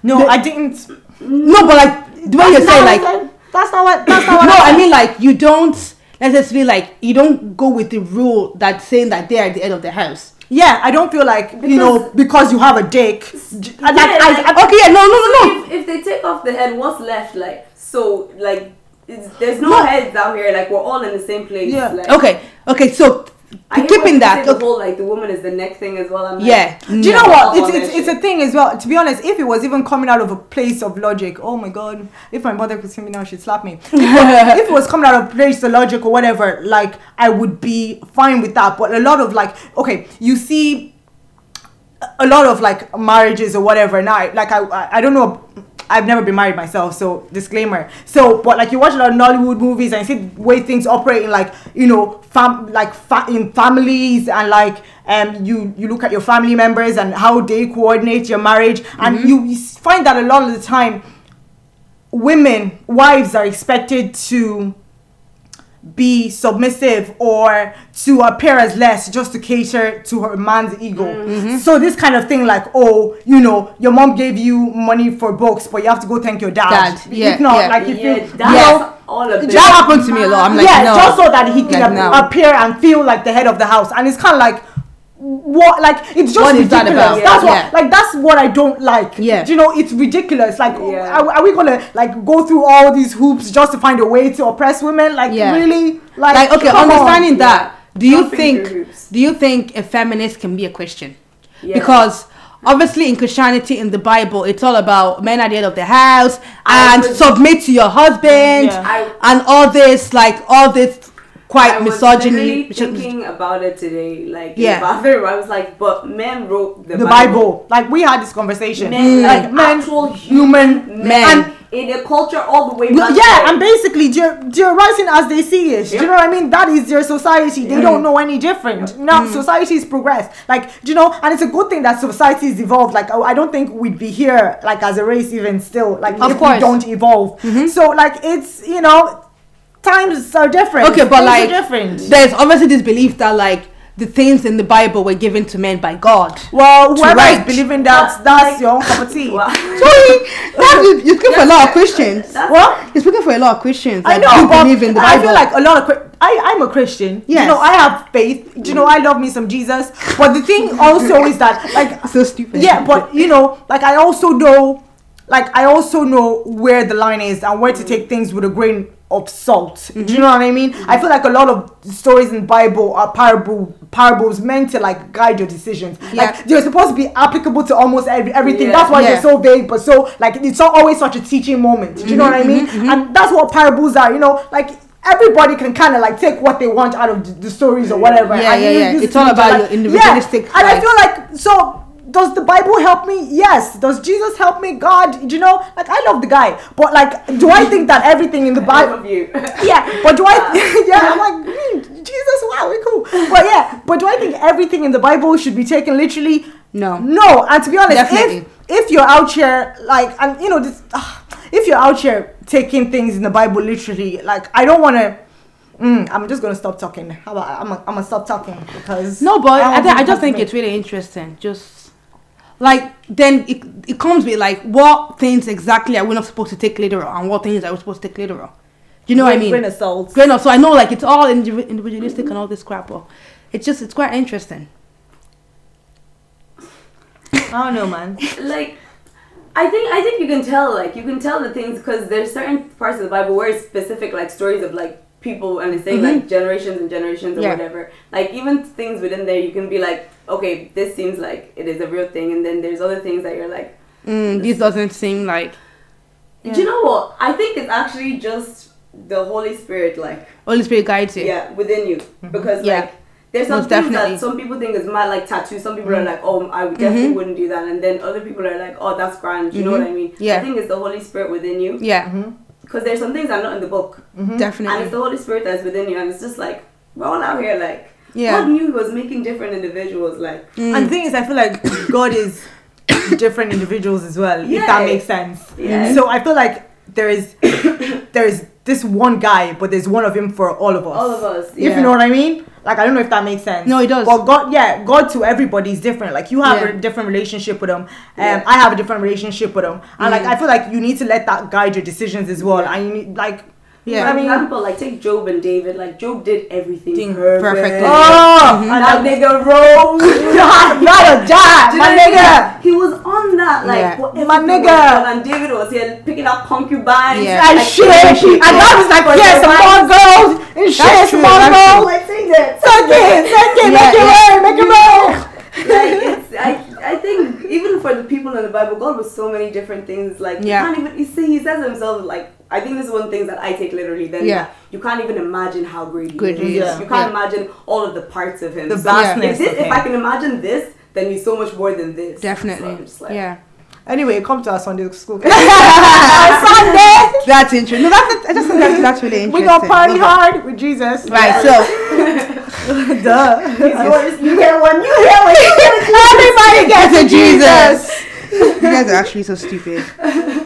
[SPEAKER 1] No,
[SPEAKER 4] The-
[SPEAKER 1] I didn't.
[SPEAKER 4] No, but like the way you
[SPEAKER 1] That's not
[SPEAKER 4] say
[SPEAKER 1] what I
[SPEAKER 4] like
[SPEAKER 1] said. that's not what that's
[SPEAKER 4] no,
[SPEAKER 1] not what I
[SPEAKER 4] I
[SPEAKER 1] said.
[SPEAKER 4] mean like you don't necessarily like you don't go with the rule that saying that they are at the end of the house.
[SPEAKER 1] Yeah, I don't feel like you know because you have a dick. j- I- Like,
[SPEAKER 3] Yeah,
[SPEAKER 1] I,
[SPEAKER 3] like-
[SPEAKER 1] I,
[SPEAKER 4] Okay, yeah, no, no, no, no.
[SPEAKER 3] if, if they take off the head, what's left? Like so, like it's, there's no,
[SPEAKER 4] No.
[SPEAKER 3] heads out here. Like we're all in the same place.
[SPEAKER 1] Yeah.
[SPEAKER 3] Like,
[SPEAKER 4] Okay, okay, so
[SPEAKER 3] I get what
[SPEAKER 4] keeping
[SPEAKER 3] you
[SPEAKER 4] that.
[SPEAKER 3] say, the
[SPEAKER 4] okay,
[SPEAKER 3] whole like the woman is the neck thing as well. I'm like,
[SPEAKER 4] yeah.
[SPEAKER 1] Do you
[SPEAKER 4] no.
[SPEAKER 1] know what?
[SPEAKER 3] Fuck all
[SPEAKER 1] It's,
[SPEAKER 3] that
[SPEAKER 1] it's, it's
[SPEAKER 3] shit.
[SPEAKER 1] a thing as well. To be honest, if it was even coming out of a place of logic, oh my god, if my mother could see me now, she'd slap me. But if it was coming out of a place of logic or whatever, like I would be fine with that. But a lot of like, okay, you see a lot of like marriages or whatever now I- like I, I i don't know i've never been married myself so disclaimer so but like you watch a lot of nollywood movies and you see the way things operate in like you know fam like fa- in families and like um you you look at your family members and how they coordinate your marriage and you you s- find that a lot of the time women wives are expected to be submissive or to appear as less just to cater to her man's ego.
[SPEAKER 4] Mm-hmm.
[SPEAKER 1] So this kind of thing, like, oh, you know, your mom gave you money for books, but you have to go thank your dad.
[SPEAKER 4] Dad, yeah,
[SPEAKER 1] if not,
[SPEAKER 4] yeah.
[SPEAKER 1] like, if
[SPEAKER 3] Yeah,
[SPEAKER 1] you,
[SPEAKER 3] that's
[SPEAKER 1] you know,
[SPEAKER 3] all a bit.
[SPEAKER 4] That happened to me a lot. I'm like,
[SPEAKER 1] yeah,
[SPEAKER 4] no.
[SPEAKER 1] just so that he can
[SPEAKER 4] Like,
[SPEAKER 1] ap-
[SPEAKER 4] no.
[SPEAKER 1] appear and feel like the head of the house, and it's kind of like. What like it's just
[SPEAKER 4] What is
[SPEAKER 1] ridiculous.
[SPEAKER 4] that about?
[SPEAKER 1] That's what
[SPEAKER 4] Yeah.
[SPEAKER 1] like that's what I don't like.
[SPEAKER 4] Yeah.
[SPEAKER 1] Do you know it's ridiculous. Like
[SPEAKER 3] Yeah.
[SPEAKER 1] are, are we gonna like go through all these hoops just to find a way to oppress women? Like
[SPEAKER 4] Yeah.
[SPEAKER 1] really? Like,
[SPEAKER 4] Like okay,
[SPEAKER 1] come on.
[SPEAKER 4] understanding that. Do you
[SPEAKER 3] Jumping
[SPEAKER 4] think?
[SPEAKER 3] through hoops.
[SPEAKER 4] Do you think a feminist can be a Christian?
[SPEAKER 3] Yeah.
[SPEAKER 4] Because obviously in Christianity in the Bible it's all about men at the end of the house
[SPEAKER 3] I
[SPEAKER 4] and
[SPEAKER 3] would-
[SPEAKER 4] submit to your husband
[SPEAKER 1] Yeah.
[SPEAKER 3] I-
[SPEAKER 4] and all this like all this quite
[SPEAKER 3] I was
[SPEAKER 4] misogyny
[SPEAKER 3] literally thinking about it today, like
[SPEAKER 4] Yeah.
[SPEAKER 3] in the bathroom. I was like, but men wrote the,
[SPEAKER 1] the Bible. Like we had this conversation.
[SPEAKER 3] Men,
[SPEAKER 1] Like
[SPEAKER 3] like
[SPEAKER 1] men,
[SPEAKER 3] actual
[SPEAKER 1] human
[SPEAKER 3] men,
[SPEAKER 4] men.
[SPEAKER 3] in a culture all the way
[SPEAKER 1] Well,
[SPEAKER 3] back.
[SPEAKER 1] yeah, and
[SPEAKER 3] like,
[SPEAKER 1] basically they're, they're rising as they see it. Do you
[SPEAKER 3] Yep.
[SPEAKER 1] know what I mean? That is their society. They
[SPEAKER 4] Mm.
[SPEAKER 1] don't know any different. Now society's progressed. Like do you know, and it's a good thing that society's evolved. Like I, I don't think we'd be here like as a race even still. Like
[SPEAKER 4] Of
[SPEAKER 1] if
[SPEAKER 4] course. Mm-hmm.
[SPEAKER 1] we don't evolve. So like it's you know, times are different.
[SPEAKER 4] okay but
[SPEAKER 1] Things are
[SPEAKER 4] like
[SPEAKER 1] different.
[SPEAKER 4] there's obviously this belief that like the things in the Bible were given to men by God
[SPEAKER 1] well, whoever
[SPEAKER 4] write.
[SPEAKER 1] is believing
[SPEAKER 4] Uh,
[SPEAKER 1] that, that's your own cup of tea.
[SPEAKER 3] wow.
[SPEAKER 4] sorry that's, you- you're speaking for a lot of Christians
[SPEAKER 3] That's-
[SPEAKER 1] What?
[SPEAKER 4] you're speaking for a lot of Christians
[SPEAKER 1] I
[SPEAKER 4] like,
[SPEAKER 1] know,
[SPEAKER 4] who
[SPEAKER 1] but
[SPEAKER 4] believe in the Bible
[SPEAKER 1] I feel like a lot of Chri- I I'm a Christian.
[SPEAKER 4] Yes.
[SPEAKER 1] You know, I have faith. Do you know, I love me some Jesus. But the thing also is that, like,
[SPEAKER 4] so stupid
[SPEAKER 1] yeah, but you know, like I also know, like I also know where the line is and where to
[SPEAKER 4] Mm.
[SPEAKER 1] take things with a grain of salt. Do
[SPEAKER 4] Mm-hmm.
[SPEAKER 1] you know what I mean? I feel like a lot of stories in Bible are parable parables meant to like guide your decisions.
[SPEAKER 4] Yeah.
[SPEAKER 1] Like they're supposed to be applicable to almost every, everything.
[SPEAKER 3] Yeah.
[SPEAKER 1] That's why
[SPEAKER 4] Yeah.
[SPEAKER 1] they're so vague, but so like it's not always such a teaching moment. Do you know what I
[SPEAKER 4] Mm-hmm,
[SPEAKER 1] mean? And that's what parables are. You know, like. Everybody can kind of like take what they want out of the, the stories or whatever.
[SPEAKER 4] Yeah,
[SPEAKER 1] and
[SPEAKER 4] yeah,
[SPEAKER 1] use
[SPEAKER 4] yeah.
[SPEAKER 1] this
[SPEAKER 4] It's all
[SPEAKER 1] to
[SPEAKER 4] about
[SPEAKER 1] like-
[SPEAKER 4] your individualistic,
[SPEAKER 1] Yeah. And I
[SPEAKER 4] like-
[SPEAKER 1] feel like so does the Bible help me? Yes. Does Jesus help me? God, you know, like I love the guy, but like, do I think that everything in the
[SPEAKER 3] I
[SPEAKER 1] Bible?
[SPEAKER 3] love you.
[SPEAKER 1] Yeah, but do I? yeah, I'm like mm, Jesus. Wow, we're cool. But yeah, but do I think everything in the Bible should be taken literally?
[SPEAKER 4] No.
[SPEAKER 1] No, and to be honest,
[SPEAKER 4] Definitely.
[SPEAKER 1] if if you're out here like, and you know, this, ah, if you're out here taking things in the Bible literally, like, I don't want to. Mm, I'm just gonna stop talking. How about I'm gonna I'm gonna stop talking because
[SPEAKER 4] No, but I,
[SPEAKER 1] don't
[SPEAKER 4] thi- I
[SPEAKER 1] that's
[SPEAKER 4] just think
[SPEAKER 1] me.
[SPEAKER 4] it's really interesting. Just like then it, it comes with like what things exactly are we not supposed to take later on, and what things are we supposed to take later on. You know what I mean?
[SPEAKER 1] Grain of salt.
[SPEAKER 4] Grain of- So I know like it's all indiv- individualistic and all this crap, but it's just it's quite interesting.
[SPEAKER 1] I don't know, man.
[SPEAKER 3] like I think I think you can tell like you can tell the things because there's certain parts of the Bible where it's specific like stories of like people and it's saying like generations and generations or
[SPEAKER 4] Yeah.
[SPEAKER 3] whatever. Like even things within there you can be like, okay, this seems like it is a real thing, and then there's other things that you're like,
[SPEAKER 4] Mm, this doesn't seem like
[SPEAKER 3] do you know what? I think it's actually just the Holy Spirit like
[SPEAKER 4] Holy Spirit guides you.
[SPEAKER 3] yeah within you because
[SPEAKER 4] Mm-hmm. Yeah.
[SPEAKER 3] like there's some
[SPEAKER 4] Most
[SPEAKER 3] things
[SPEAKER 4] definitely. Mm-hmm.
[SPEAKER 3] that some people think is mad like tattoos some people are like oh i would definitely wouldn't do that and then other people are like oh that's grand you know what i mean
[SPEAKER 4] Mm-hmm. Yeah.
[SPEAKER 3] i think it's the holy spirit within you
[SPEAKER 4] Yeah,
[SPEAKER 1] Mm-hmm.
[SPEAKER 3] because there's some things that are not in the book and it's
[SPEAKER 4] definitely.
[SPEAKER 3] the holy spirit that's within you and it's just like we're all out here like
[SPEAKER 4] Yeah.
[SPEAKER 3] god knew he was making different individuals like
[SPEAKER 4] Mm.
[SPEAKER 1] And the thing is, I feel like God is different individuals as well, if
[SPEAKER 3] Yeah.
[SPEAKER 1] that makes sense.
[SPEAKER 3] Yeah.
[SPEAKER 1] So I feel like there is there is this one guy, but there's one of him for all of us.
[SPEAKER 3] all of us
[SPEAKER 1] If you know what I mean. Like I don't know if that makes sense.
[SPEAKER 4] No, it does.
[SPEAKER 1] But God, yeah, God to everybody is different. Like you have
[SPEAKER 4] Yeah.
[SPEAKER 1] a different relationship with him. Um,
[SPEAKER 3] Yeah.
[SPEAKER 1] I have a different relationship with him, and like I feel like you need to let that guide your decisions as well. And you need like,
[SPEAKER 4] Yeah.
[SPEAKER 1] I
[SPEAKER 3] For
[SPEAKER 1] mean,
[SPEAKER 3] example, like take Job and David. Like Job did everything
[SPEAKER 1] Thing
[SPEAKER 4] perfectly.
[SPEAKER 1] oh,
[SPEAKER 4] mm-hmm.
[SPEAKER 1] and
[SPEAKER 3] That
[SPEAKER 1] that
[SPEAKER 3] nigga rose.
[SPEAKER 1] not a job,
[SPEAKER 3] Do you
[SPEAKER 1] my
[SPEAKER 3] know what I mean?
[SPEAKER 1] nigga.
[SPEAKER 3] He was on that, like,
[SPEAKER 4] Yeah.
[SPEAKER 3] whatever
[SPEAKER 1] My
[SPEAKER 3] he
[SPEAKER 1] nigga.
[SPEAKER 3] was on, and David was here picking up concubines.
[SPEAKER 4] Yeah.
[SPEAKER 1] and
[SPEAKER 3] like,
[SPEAKER 1] shit.
[SPEAKER 3] taking shit
[SPEAKER 1] And I was like,
[SPEAKER 3] from
[SPEAKER 1] yes,
[SPEAKER 3] their
[SPEAKER 1] some more
[SPEAKER 3] wives.
[SPEAKER 1] gold and shit,
[SPEAKER 4] That's
[SPEAKER 1] some
[SPEAKER 4] true,
[SPEAKER 1] more
[SPEAKER 4] that's
[SPEAKER 1] gold.
[SPEAKER 3] Like, take that.
[SPEAKER 1] Suck it, suck it,
[SPEAKER 4] Yeah,
[SPEAKER 1] make it
[SPEAKER 4] yeah.
[SPEAKER 1] rain, make it roll.
[SPEAKER 3] Like, it's, I, I think even for the people in the Bible, God was so many different things. Like,
[SPEAKER 4] Yeah.
[SPEAKER 3] you can't even, you see, he says himself, like, I think this is one thing that I take literally. Then
[SPEAKER 4] Yeah.
[SPEAKER 3] you can't even imagine how great he
[SPEAKER 4] Great
[SPEAKER 3] is.
[SPEAKER 4] he
[SPEAKER 1] is,
[SPEAKER 3] You can't
[SPEAKER 4] yeah.
[SPEAKER 3] imagine all of the parts of him.
[SPEAKER 1] The
[SPEAKER 3] So,
[SPEAKER 1] vastness
[SPEAKER 3] If, this,
[SPEAKER 1] of
[SPEAKER 3] if
[SPEAKER 1] him.
[SPEAKER 3] I can imagine this, then he's so much more than this. So I'm
[SPEAKER 4] Definitely.
[SPEAKER 3] just like,
[SPEAKER 4] yeah.
[SPEAKER 1] Anyway, come to us on the school.
[SPEAKER 4] That's interesting. No, that's I just think that's, that's really interesting.
[SPEAKER 1] we gonna party
[SPEAKER 4] Love
[SPEAKER 1] hard with Jesus.
[SPEAKER 4] it. Right. So
[SPEAKER 1] Duh. Oh,
[SPEAKER 3] Yours, you get one, you get one.
[SPEAKER 4] everybody gets a Jesus. you guys are actually so stupid.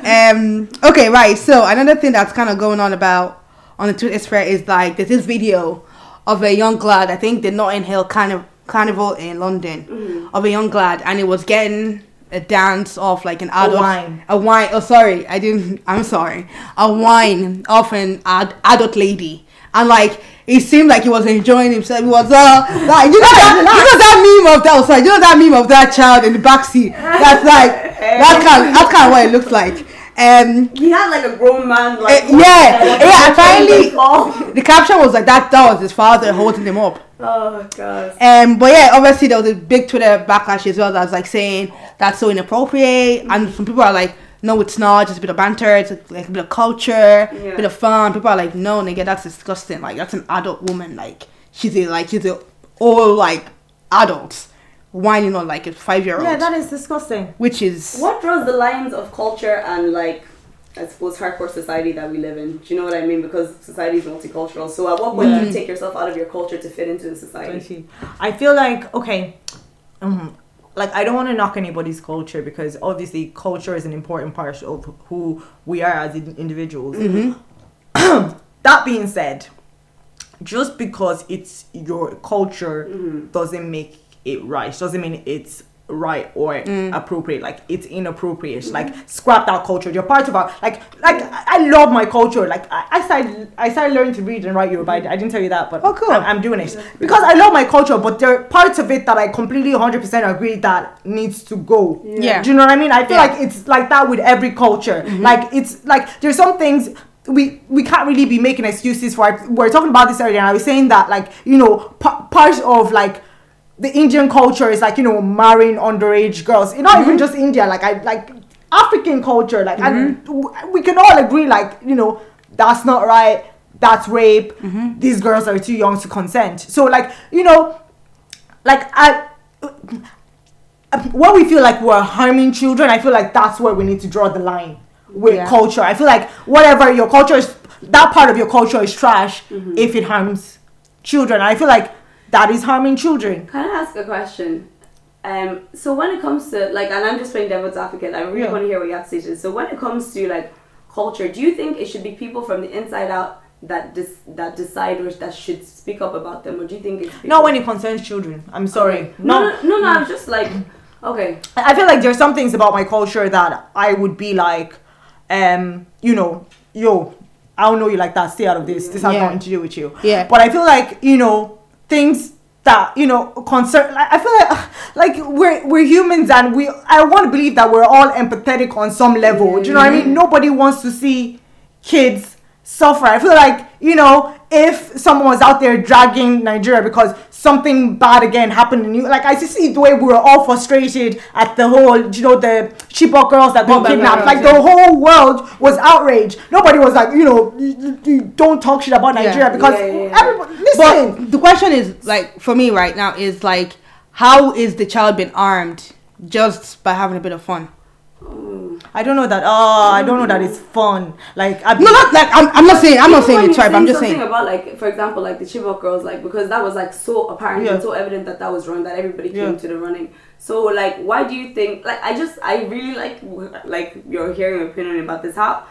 [SPEAKER 4] Um. Okay. Right. So another thing that's kind of going on about on the Twitter sphere is like there's this video of a young lad. I think the Notting Hill Carniv- Carnival in London
[SPEAKER 1] Mm-hmm.
[SPEAKER 4] of a young lad, and it was getting a dance off like an adult
[SPEAKER 1] wine.
[SPEAKER 4] a wine. Oh, sorry, I didn't. I'm sorry. A wine off an ad, adult lady, and like it seemed like he was enjoying himself. He was uh, like you know that you know that meme of that. Oh, sorry, you know that meme of that child in the backseat. That's like that's kind. That's kind of what it looks like. Um,
[SPEAKER 3] He had like a grown man,
[SPEAKER 4] uh,
[SPEAKER 3] like
[SPEAKER 4] yeah, yeah. Apparently,
[SPEAKER 3] Oh,
[SPEAKER 4] the caption was like that. That was his father holding him up.
[SPEAKER 3] oh god.
[SPEAKER 4] Um, but yeah, obviously there was a big Twitter backlash as well. That was like saying that's so inappropriate, and some people are like, no, it's not. Just a bit of banter. It's like a bit of culture, a bit of fun. People are like, no, nigga, that's disgusting. Like that's an adult woman. Like she's a like she's a all like adults whining on like a five year old,
[SPEAKER 1] Yeah, that is disgusting.
[SPEAKER 4] which is
[SPEAKER 3] What draws the lines of culture and like, I suppose, hardcore society that we live in? Do you know what I mean? Because society is multicultural. So at what point
[SPEAKER 1] Mm-hmm.
[SPEAKER 3] do you take yourself out of your culture to fit into the society?
[SPEAKER 1] I feel like okay, mhm, like I don't want to knock anybody's culture because obviously culture is an important part of who we are as in- individuals.
[SPEAKER 4] Mm-hmm.
[SPEAKER 1] that being said, just because it's your culture
[SPEAKER 4] Mm-hmm.
[SPEAKER 1] doesn't make it right. Doesn't mean it's right or
[SPEAKER 4] Mm.
[SPEAKER 1] appropriate. Like it's inappropriate. Like scrap that culture. You're part of our like like I I love my culture. Like I, I started I started learning to read and write Yoruba. I didn't tell you that, but
[SPEAKER 4] Oh, cool.
[SPEAKER 1] I'm, I'm doing it because I love my culture. But there are parts of it that I completely 100 percent agree that needs to go.
[SPEAKER 4] Yeah.
[SPEAKER 1] Do you know what I mean? I feel
[SPEAKER 4] Yeah.
[SPEAKER 1] like it's like that with every culture. Like it's like there's some things we we can't really be making excuses for. We We're talking about this earlier, and I was saying that like you know pa- part of like the Indian culture is like you know marrying underage girls. It's not even just India. Like I like African culture. Like and w we can all agree like you know that's not right. That's rape. These girls are too young to consent. So like you know like I Uh, when we feel like we're harming children, I feel like that's where we need to draw the line with
[SPEAKER 4] Yeah.
[SPEAKER 1] culture. I feel like whatever your culture is, that part of your culture is trash if it harms children. I feel like that is harming children.
[SPEAKER 3] Can I ask a question? Um, so when it comes to like, and I'm just playing devil's advocate. I really
[SPEAKER 1] Yeah.
[SPEAKER 3] want to hear what you have to say. to this. So when it comes to like culture, do you think it should be people from the inside out that dis- that decide or that should speak up about them, or do you think it's people?
[SPEAKER 1] Not when it concerns children. I'm sorry.
[SPEAKER 3] no,
[SPEAKER 1] No,
[SPEAKER 3] no, no, no, I'm just like, okay,
[SPEAKER 1] I feel like there's some things about my culture that I would be like, um, you know, yo, I don't know you like that. Stay out of this. This has
[SPEAKER 4] Yeah.
[SPEAKER 1] nothing to do with you.
[SPEAKER 4] Yeah.
[SPEAKER 1] But I feel like you know things that you know concern. I I feel like like we're we're humans and we. I want to believe that we're all empathetic on some level. Do you know what I
[SPEAKER 4] Mm-hmm.
[SPEAKER 1] mean? Nobody wants to see kids suffer. I feel like you know if someone was out there dragging Nigeria because something bad again happened in you, like I see the way we were all frustrated at the whole, you know, the Chibok girls that been
[SPEAKER 4] Bombay
[SPEAKER 1] kidnapped.
[SPEAKER 4] girls,
[SPEAKER 1] Like
[SPEAKER 4] yeah.
[SPEAKER 1] the whole world was outraged. Nobody was like, you know, you, you- you don't talk shit about
[SPEAKER 4] Yeah.
[SPEAKER 1] Nigeria because
[SPEAKER 3] Yeah, yeah, yeah.
[SPEAKER 1] everybody. Listen,
[SPEAKER 4] But the question is like for me right now is like how is the child being armed just by having a bit of fun?
[SPEAKER 1] I don't know that. Oh, I don't know that it's fun. Like, I
[SPEAKER 4] No, not like I'm, I'm not saying I'm not
[SPEAKER 3] Even when
[SPEAKER 4] saying
[SPEAKER 3] you
[SPEAKER 4] it's right, but I'm
[SPEAKER 3] sing
[SPEAKER 4] just
[SPEAKER 3] something
[SPEAKER 4] saying
[SPEAKER 3] about like, for example, like the Chibok girls, like because that was like so apparent
[SPEAKER 1] Yeah.
[SPEAKER 3] and so evident that that was wrong, that everybody came
[SPEAKER 1] Yeah.
[SPEAKER 3] to the running. So like, why do you think? Like, I just I really like w- like your hearing your opinion about this. How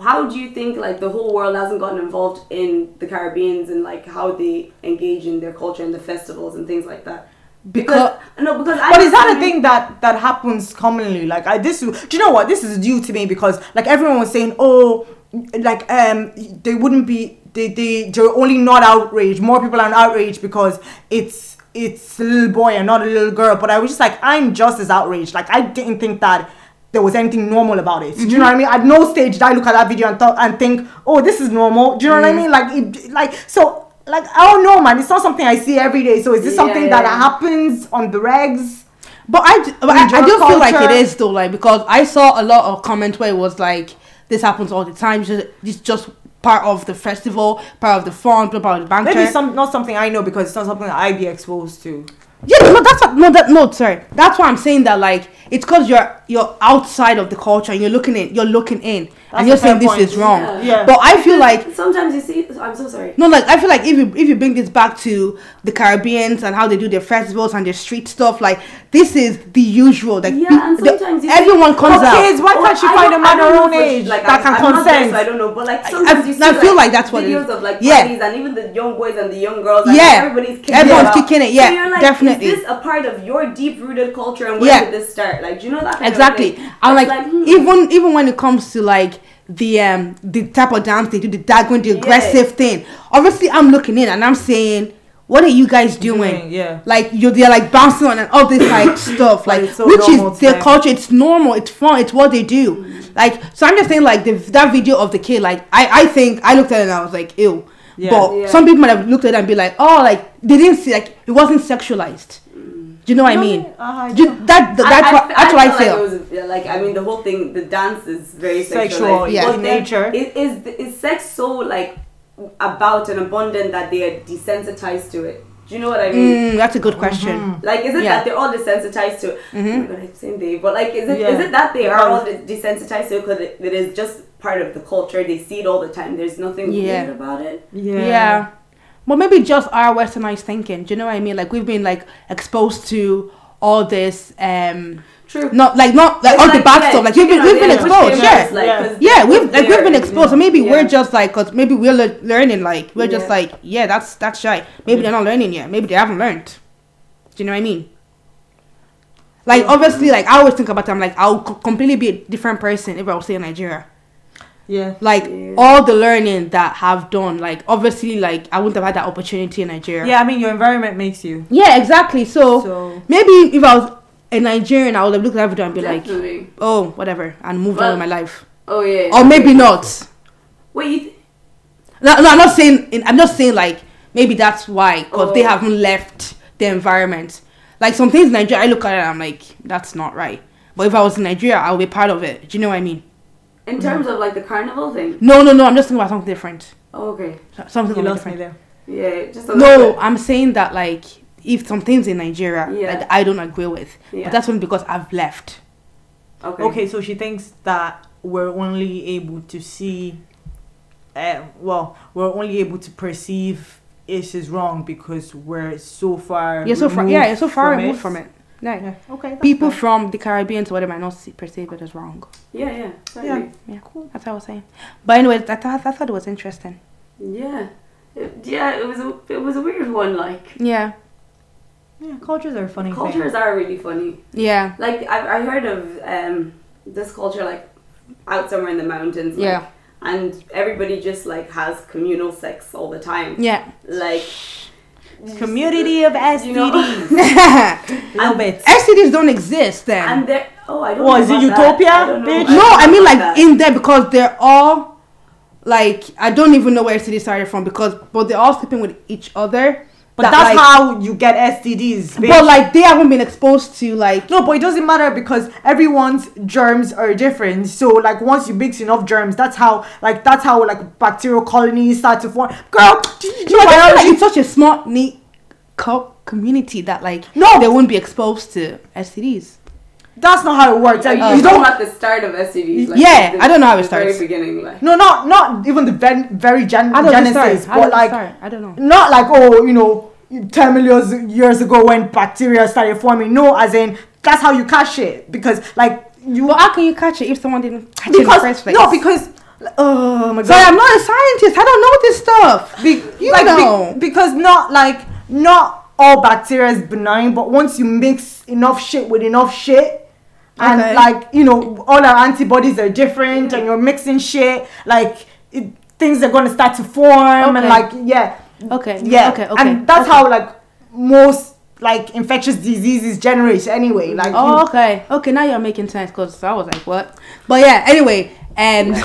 [SPEAKER 3] how do you think like the whole world hasn't gotten involved in the Caribbeans and like how they engage in their culture and the festivals and things like that?
[SPEAKER 4] because
[SPEAKER 3] no, because I
[SPEAKER 1] But is that
[SPEAKER 3] understand-
[SPEAKER 1] a thing that that happens commonly? Like I this do you know what this is due to me because like everyone was saying oh like um they wouldn't be they they they're only not outraged more people are outraged because it's it's a little boy and not a little girl but I was just like I'm just as outraged like I didn't think that there was anything normal about it. Do you know
[SPEAKER 3] Mm-hmm.
[SPEAKER 1] what I mean? At no stage did I look at that video and thought and think, oh, this is normal. Do you know
[SPEAKER 3] Mm.
[SPEAKER 1] what I mean? Like, it, like so, like I don't know, man. It's not something I see every day. So is this
[SPEAKER 3] Yeah,
[SPEAKER 1] something
[SPEAKER 3] yeah,
[SPEAKER 1] that
[SPEAKER 3] yeah.
[SPEAKER 1] happens on the regs?
[SPEAKER 4] But I, d- but I, I
[SPEAKER 1] Indian
[SPEAKER 4] do feel like
[SPEAKER 1] culture.
[SPEAKER 4] it is though, like because I saw a lot of comments where it was like, "This happens all the time. It's just, it's just part of the festival, part of the fun, part of the banter."
[SPEAKER 1] Maybe some not something I know because it's not something that I be exposed to.
[SPEAKER 4] yeah, no, that's what, no, that no, sorry. That's why I'm saying that like it's because you're you're outside of the culture and you're looking in, you're looking in,
[SPEAKER 1] That's
[SPEAKER 4] and you're
[SPEAKER 1] a fair
[SPEAKER 4] saying this
[SPEAKER 1] point.
[SPEAKER 4] is wrong.
[SPEAKER 3] Yeah.
[SPEAKER 1] Yeah.
[SPEAKER 4] But I feel like
[SPEAKER 3] sometimes you see. I'm so sorry.
[SPEAKER 4] No, like I feel like if you if you bring this back to the Caribbeans and how they do their festivals and their street stuff, like this is the usual. Like
[SPEAKER 3] Yeah,
[SPEAKER 4] pe-
[SPEAKER 3] and sometimes you "Oh,
[SPEAKER 4] everyone
[SPEAKER 3] see-
[SPEAKER 4] comes
[SPEAKER 1] For
[SPEAKER 4] out. Oh,
[SPEAKER 1] kids, why
[SPEAKER 3] Or
[SPEAKER 1] can't you
[SPEAKER 3] I
[SPEAKER 1] find a
[SPEAKER 3] don't-
[SPEAKER 1] man
[SPEAKER 3] I don't
[SPEAKER 1] her
[SPEAKER 3] know
[SPEAKER 1] own
[SPEAKER 3] for-
[SPEAKER 1] age
[SPEAKER 3] like,
[SPEAKER 1] that
[SPEAKER 3] I-
[SPEAKER 1] can
[SPEAKER 3] I'm not there,
[SPEAKER 1] consent?
[SPEAKER 3] so I don't know, but like sometimes you see,
[SPEAKER 4] I feel like that's what it
[SPEAKER 3] videos
[SPEAKER 4] is.
[SPEAKER 3] of like
[SPEAKER 4] Yeah.
[SPEAKER 3] parties and even the young boys and the young girls. and
[SPEAKER 4] Yeah.
[SPEAKER 3] everybody's kicking
[SPEAKER 4] Everyone's
[SPEAKER 3] it out.
[SPEAKER 4] kicking it, yeah,
[SPEAKER 3] so you're like,
[SPEAKER 4] definitely.
[SPEAKER 3] Is this a part of your deep rooted culture and where
[SPEAKER 4] Yeah.
[SPEAKER 3] did this start? Like, do you know that? Kind
[SPEAKER 4] exactly.
[SPEAKER 3] Of thing?
[SPEAKER 4] I'm
[SPEAKER 3] It's
[SPEAKER 4] like,
[SPEAKER 3] hmm.
[SPEAKER 4] even even when it comes to like the um the type of dance they do, the daggone, the aggressive thing. Obviously, I'm looking in and I'm saying, what are you guys doing?
[SPEAKER 1] Doing, yeah.
[SPEAKER 4] Mm. Like you're they're like bouncing on and all this like stuff, like
[SPEAKER 1] it's so
[SPEAKER 4] which
[SPEAKER 1] normal
[SPEAKER 4] is
[SPEAKER 1] to
[SPEAKER 4] their
[SPEAKER 1] them.
[SPEAKER 4] culture. It's normal. It's fun. It's what they do. Like so, I'm just saying like the, that video of the kid. Like I I think I looked at it and I was like, ew.
[SPEAKER 1] Yeah.
[SPEAKER 4] But
[SPEAKER 3] Yeah.
[SPEAKER 4] some people might have looked at it and be like, oh, like they didn't see like it wasn't sexualized. Do you know what
[SPEAKER 1] No,
[SPEAKER 4] I mean?
[SPEAKER 1] uh-huh, I
[SPEAKER 4] Do you-
[SPEAKER 1] know.
[SPEAKER 4] that
[SPEAKER 3] I-
[SPEAKER 4] that's
[SPEAKER 3] I
[SPEAKER 4] what
[SPEAKER 3] fe-
[SPEAKER 4] that's what I
[SPEAKER 3] like
[SPEAKER 4] feel.
[SPEAKER 3] it was, yeah, like I mean, the whole thing, the dance is very
[SPEAKER 1] Sexual,
[SPEAKER 3] sexualized.
[SPEAKER 4] yeah.
[SPEAKER 3] But
[SPEAKER 1] in
[SPEAKER 3] then
[SPEAKER 1] nature.
[SPEAKER 3] Is, is is sex so like about and abundant that they are desensitized to it? Do you know what I mean?
[SPEAKER 4] Mm, that's a good question.
[SPEAKER 3] Like, is it
[SPEAKER 4] Yeah. Mm-hmm.
[SPEAKER 3] that they're all desensitized to? Oh my god, I'm saying they, but like, is it is
[SPEAKER 1] Yeah.
[SPEAKER 3] it that they are all de- desensitized to because it, it is just part of the culture? They see it all the time. There's nothing
[SPEAKER 4] Yeah.
[SPEAKER 3] weird about it.
[SPEAKER 4] Yeah. Well, maybe just our westernized thinking. Do you know what I mean? Like we've been like exposed to all this, um
[SPEAKER 3] True.
[SPEAKER 4] not like not like
[SPEAKER 3] It's
[SPEAKER 4] all the
[SPEAKER 3] like,
[SPEAKER 4] bad
[SPEAKER 3] yeah,
[SPEAKER 4] stuff. Like we've
[SPEAKER 3] you
[SPEAKER 4] been
[SPEAKER 3] know,
[SPEAKER 4] we've been
[SPEAKER 3] they push
[SPEAKER 4] exposed.
[SPEAKER 3] their
[SPEAKER 4] Yeah.
[SPEAKER 3] limits, like,
[SPEAKER 1] Yeah.
[SPEAKER 3] 'cause
[SPEAKER 4] yeah,
[SPEAKER 3] they're
[SPEAKER 4] we've like we've been
[SPEAKER 3] there,
[SPEAKER 4] exposed, so maybe
[SPEAKER 3] yeah.
[SPEAKER 4] we're just like, cause maybe we're le- learning, like we're
[SPEAKER 3] Yeah.
[SPEAKER 4] just like, yeah, that's that's shy. Maybe they're not learning yet. Maybe they haven't learned. Do you know what I mean? Like obviously, like I always think about them, like I'll c- completely be a different person if I was still in Nigeria
[SPEAKER 1] Yeah.
[SPEAKER 4] like
[SPEAKER 3] Yeah.
[SPEAKER 4] all the learning that I've done, like obviously, like I wouldn't have had that opportunity in Nigeria.
[SPEAKER 1] Yeah, I mean your environment makes you.
[SPEAKER 4] yeah, exactly. So,
[SPEAKER 1] So
[SPEAKER 4] maybe if I was a Nigerian, I would have looked at everything and be like,
[SPEAKER 3] Definitely.
[SPEAKER 4] oh, whatever, and moved
[SPEAKER 3] Well-
[SPEAKER 4] on with my life,
[SPEAKER 3] oh yeah.
[SPEAKER 4] or maybe not.
[SPEAKER 3] Wait, you th-
[SPEAKER 4] No, no, I'm not saying. I'm just saying like maybe that's why because they
[SPEAKER 3] Oh.
[SPEAKER 4] haven't left the environment. Like some things in Nigeria, I look at it, and I'm like, that's not right. But if I was in Nigeria, I would be part of it. Do you know what I mean?
[SPEAKER 3] in terms of like the carnival thing.
[SPEAKER 4] No, no, no. I'm just thinking about something different.
[SPEAKER 3] Oh, okay.
[SPEAKER 4] Something
[SPEAKER 1] you
[SPEAKER 4] like
[SPEAKER 1] lost me
[SPEAKER 4] different.
[SPEAKER 1] there.
[SPEAKER 3] Yeah. Just a
[SPEAKER 4] No,
[SPEAKER 3] little
[SPEAKER 4] I'm saying that like if some things in Nigeria
[SPEAKER 3] Yeah.
[SPEAKER 4] that I don't agree with.
[SPEAKER 3] Yeah.
[SPEAKER 4] But that's only because I've left.
[SPEAKER 3] Okay.
[SPEAKER 1] Okay, so she thinks that we're only able to see, uh, well, we're only able to perceive it is wrong because we're so far.
[SPEAKER 4] You're so far, yeah, you're so far
[SPEAKER 1] from
[SPEAKER 4] removed from it. Yeah.
[SPEAKER 1] Yeah. Okay. that's
[SPEAKER 4] People
[SPEAKER 1] fine.
[SPEAKER 4] from the Caribbean to whatever might not see, perceive it as wrong.
[SPEAKER 3] Yeah, yeah. I
[SPEAKER 1] Yeah.
[SPEAKER 3] agree.
[SPEAKER 4] Yeah, cool. That's what I was saying. But anyway, I thought I thought it was interesting.
[SPEAKER 3] Yeah. It, yeah, it was a it was a weird one. Like
[SPEAKER 4] Yeah,
[SPEAKER 1] Yeah, cultures are a funny.
[SPEAKER 3] cultures are really funny.
[SPEAKER 4] yeah,
[SPEAKER 3] Like I I heard of um this culture like out somewhere in the mountains. like,
[SPEAKER 4] Yeah.
[SPEAKER 3] And everybody just like has communal sex all the time.
[SPEAKER 4] yeah.
[SPEAKER 3] Like
[SPEAKER 1] Thing. Community of STDs.
[SPEAKER 3] you know.
[SPEAKER 1] Love it.
[SPEAKER 4] STDs don't exist then.
[SPEAKER 3] And there, oh, I don't.
[SPEAKER 1] What,
[SPEAKER 3] know
[SPEAKER 1] is it
[SPEAKER 3] about that.
[SPEAKER 1] utopia,
[SPEAKER 3] I don't know.
[SPEAKER 1] bitch?
[SPEAKER 3] don't
[SPEAKER 4] no,
[SPEAKER 3] know
[SPEAKER 4] I mean
[SPEAKER 3] about
[SPEAKER 4] like
[SPEAKER 3] that.
[SPEAKER 4] in there because they're all like I don't even know where STD started from because but they're all sleeping with each other.
[SPEAKER 1] But
[SPEAKER 4] That,
[SPEAKER 1] that's
[SPEAKER 4] like-
[SPEAKER 1] how you get STDs. Bitch.
[SPEAKER 4] But like they haven't been exposed to like
[SPEAKER 1] no, but it doesn't matter because everyone's germs are different. So like once you mix enough germs, that's how like that's how like bacterial colonies start to form. Girl, do you do
[SPEAKER 4] no, I feel like
[SPEAKER 1] biology?
[SPEAKER 4] it's such a small neat co- community that like
[SPEAKER 1] No.
[SPEAKER 4] they won't be exposed to STDs.
[SPEAKER 1] That's not how it works.
[SPEAKER 4] Uh,
[SPEAKER 1] Like,
[SPEAKER 3] Like,
[SPEAKER 1] you don't
[SPEAKER 3] at the start of STDs. Like,
[SPEAKER 4] Oh. Yeah,
[SPEAKER 3] the-
[SPEAKER 4] I don't know how it
[SPEAKER 3] the very
[SPEAKER 4] starts.
[SPEAKER 3] beginning, like.
[SPEAKER 1] No, not not even the very, very gen-
[SPEAKER 4] I don't know.
[SPEAKER 1] genesis,
[SPEAKER 4] I
[SPEAKER 1] but like
[SPEAKER 4] I don't know.
[SPEAKER 1] not like oh you know ten million years ago when bacteria started forming. No, as in that's how you catch it because like you
[SPEAKER 4] Well, how can you catch it if someone didn't catch it in the first
[SPEAKER 1] because
[SPEAKER 4] place?
[SPEAKER 1] no because like, oh my god.
[SPEAKER 4] sorry, I'm not a scientist. I don't know this stuff.
[SPEAKER 1] Be-
[SPEAKER 4] You
[SPEAKER 1] like, be-
[SPEAKER 4] know.
[SPEAKER 1] because not like not all bacteria is benign, but once you mix enough shit with enough shit. And
[SPEAKER 4] Okay.
[SPEAKER 1] like you know, all our antibodies are different, and you're mixing shit. Like it, things are gonna start to form, and
[SPEAKER 4] Okay.
[SPEAKER 1] like yeah,
[SPEAKER 4] Okay.
[SPEAKER 1] yeah,
[SPEAKER 4] Okay. Okay.
[SPEAKER 1] and that's
[SPEAKER 4] okay.
[SPEAKER 1] how like most like infectious diseases generate anyway. Like
[SPEAKER 4] Oh, okay. Okay, now you're making sense because I was like, what? But yeah, anyway, and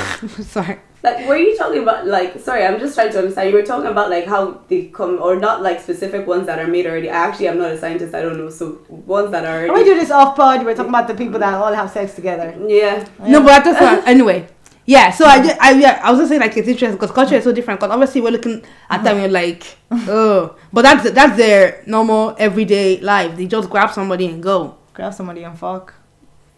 [SPEAKER 4] sorry.
[SPEAKER 3] Like, were you talking about like? Sorry, I'm just trying to understand. You were talking about like how they come, or not like specific ones that are made already. I actually, I'm not a scientist. I don't know. So ones that
[SPEAKER 1] you,
[SPEAKER 3] are
[SPEAKER 1] we
[SPEAKER 3] already.
[SPEAKER 1] do this off pod. We're talking about the people that all have sex together.
[SPEAKER 3] Yeah.
[SPEAKER 4] No, but I just thought, anyway. Yeah, so I, just, I yeah, I was just saying like it's interesting because culture is so different. Because obviously we're looking at them, we're like, oh, but that's that's their normal everyday life. They just grab somebody and go.
[SPEAKER 1] Grab somebody and fuck.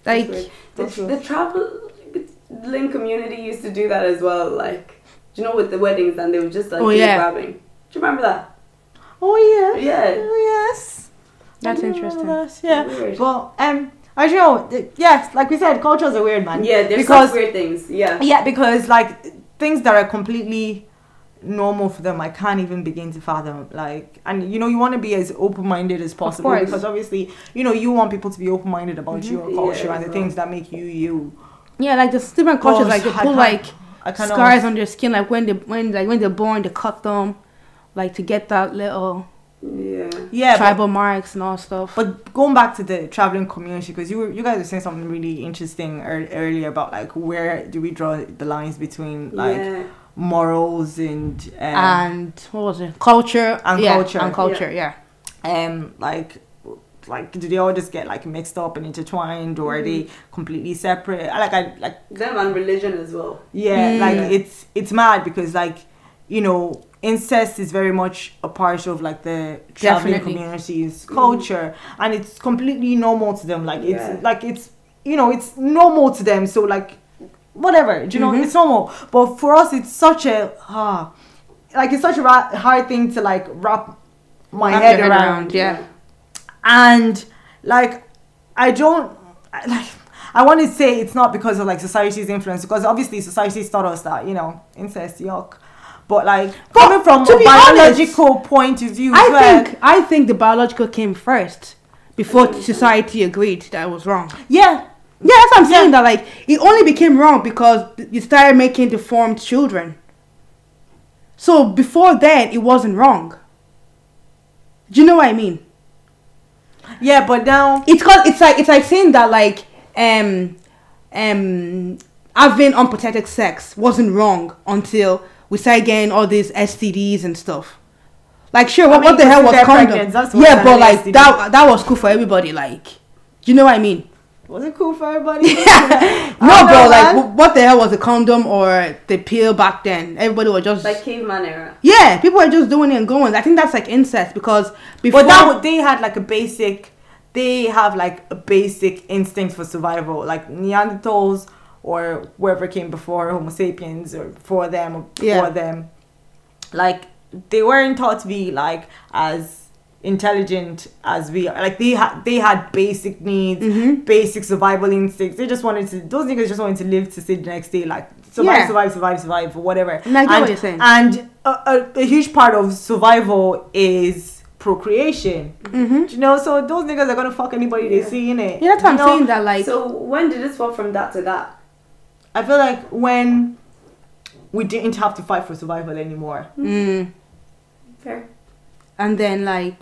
[SPEAKER 4] Like,
[SPEAKER 3] The, the traveling community used to do that as well. Like, do you know, with the weddings, and they were just like
[SPEAKER 4] Oh,
[SPEAKER 3] keep
[SPEAKER 4] yeah.
[SPEAKER 3] grabbing. Do you remember that?
[SPEAKER 1] Oh yeah.
[SPEAKER 3] Yeah.
[SPEAKER 1] Oh, yes.
[SPEAKER 4] that's
[SPEAKER 1] Yeah,
[SPEAKER 4] interesting.
[SPEAKER 1] that's- yeah.
[SPEAKER 3] Weird.
[SPEAKER 1] Well, um, as you know, th- yes, like we said, cultures are weird, man.
[SPEAKER 3] Yeah, there's
[SPEAKER 1] because
[SPEAKER 3] some weird things. Yeah.
[SPEAKER 1] yeah, because like things that are completely normal for them, I can't even begin to fathom. Like, and you know, you want to be as open-minded as possible
[SPEAKER 4] course. Mm-hmm.
[SPEAKER 1] because obviously, you know, you want people to be open-minded about your
[SPEAKER 3] Yeah,
[SPEAKER 1] culture and the
[SPEAKER 3] well.
[SPEAKER 1] things that make you you.
[SPEAKER 4] Yeah, like the different cultures,
[SPEAKER 1] Gosh,
[SPEAKER 4] like they
[SPEAKER 1] I
[SPEAKER 4] put
[SPEAKER 1] can't-
[SPEAKER 4] like
[SPEAKER 1] I cannot.
[SPEAKER 4] scars on their skin, like when they when like when they're born, they cut them, like to get that little
[SPEAKER 3] Yeah.
[SPEAKER 1] yeah, but
[SPEAKER 4] tribal marks and all stuff.
[SPEAKER 1] But going back to the traveling community, because you were, you guys were saying something really interesting ear- earlier about like where do we draw the lines between like
[SPEAKER 3] yeah.
[SPEAKER 1] morals and um,
[SPEAKER 4] and what was it? Culture
[SPEAKER 1] And
[SPEAKER 4] yeah,
[SPEAKER 1] culture.
[SPEAKER 4] and culture. Yeah.
[SPEAKER 1] um like like do they all just get like mixed up and intertwined or are they completely separate like i like
[SPEAKER 3] Them and religion as well.
[SPEAKER 1] yeah
[SPEAKER 4] Mm.
[SPEAKER 1] like
[SPEAKER 3] Yeah.
[SPEAKER 1] it's it's mad because like you know incest is very much a part of like the traveling
[SPEAKER 4] Definitely.
[SPEAKER 1] community's culture and it's completely normal to them like it's
[SPEAKER 3] Yeah.
[SPEAKER 1] like it's you know it's normal to them so like whatever do you know
[SPEAKER 4] Mhm.
[SPEAKER 1] it's normal but for us it's such a ah, like it's such a ra- hard thing to like wrap my
[SPEAKER 4] Wrap
[SPEAKER 1] head
[SPEAKER 4] your
[SPEAKER 1] around,
[SPEAKER 4] Yeah.
[SPEAKER 1] and like i don't I- like i want to say it's not because of like society's influence because obviously society's taught us that you know incest yuck but like coming from
[SPEAKER 4] to
[SPEAKER 1] a
[SPEAKER 4] be
[SPEAKER 1] biological point of view as well,
[SPEAKER 4] I think I think the biological came first before society agreed that it was wrong.
[SPEAKER 1] yeah
[SPEAKER 4] Yeah, that's what I'm saying. That like it only became wrong because you started making deformed children. So before then, it wasn't wrong. Do you know what I mean?
[SPEAKER 1] yeah but now
[SPEAKER 4] It's called. It's like it's like saying that like um um having unprotected sex wasn't wrong until we started getting all these STDs and stuff. Like sure, what,
[SPEAKER 1] mean,
[SPEAKER 4] what the hell was
[SPEAKER 1] because they're
[SPEAKER 4] condom?
[SPEAKER 1] pregnant, that's what
[SPEAKER 4] yeah,
[SPEAKER 1] an
[SPEAKER 4] but like
[SPEAKER 1] STD.
[SPEAKER 4] that that was cool for everybody. Like, do you know what I mean?
[SPEAKER 1] Was it cool for everybody?
[SPEAKER 4] No,
[SPEAKER 1] don't
[SPEAKER 4] bro.
[SPEAKER 1] know, Oh, man.
[SPEAKER 4] Like, wh- what the hell was a condom or the pill back then? Everybody was just
[SPEAKER 3] Like caveman era.
[SPEAKER 4] yeah, people were just doing it and going. I think that's like incest because before
[SPEAKER 1] But that would- they had like a basic, they have like a basic instinct for survival, like Neanderthals or whoever came before Homo sapiens or before them or before
[SPEAKER 4] Yeah.
[SPEAKER 1] them. Like they weren't taught to be like as intelligent as we are. Like they had they had basic needs,
[SPEAKER 4] Mm-hmm.
[SPEAKER 1] basic survival instincts. They just wanted to. Those niggas just wanted to live to see the next day. Like survive,
[SPEAKER 4] Yeah.
[SPEAKER 1] survive, survive, survive, or whatever.
[SPEAKER 4] And I get
[SPEAKER 1] and,
[SPEAKER 4] what you're saying.
[SPEAKER 1] And a, a, a huge part of survival is procreation. Do You know, so those niggas are gonna fuck anybody they see in it.
[SPEAKER 4] yeah, that's what I'm
[SPEAKER 1] you know?
[SPEAKER 4] saying. That like
[SPEAKER 3] So when did it swap from that to that?
[SPEAKER 1] I feel like when we didn't have to fight for survival anymore.
[SPEAKER 4] mm,
[SPEAKER 3] Fair.
[SPEAKER 4] and then like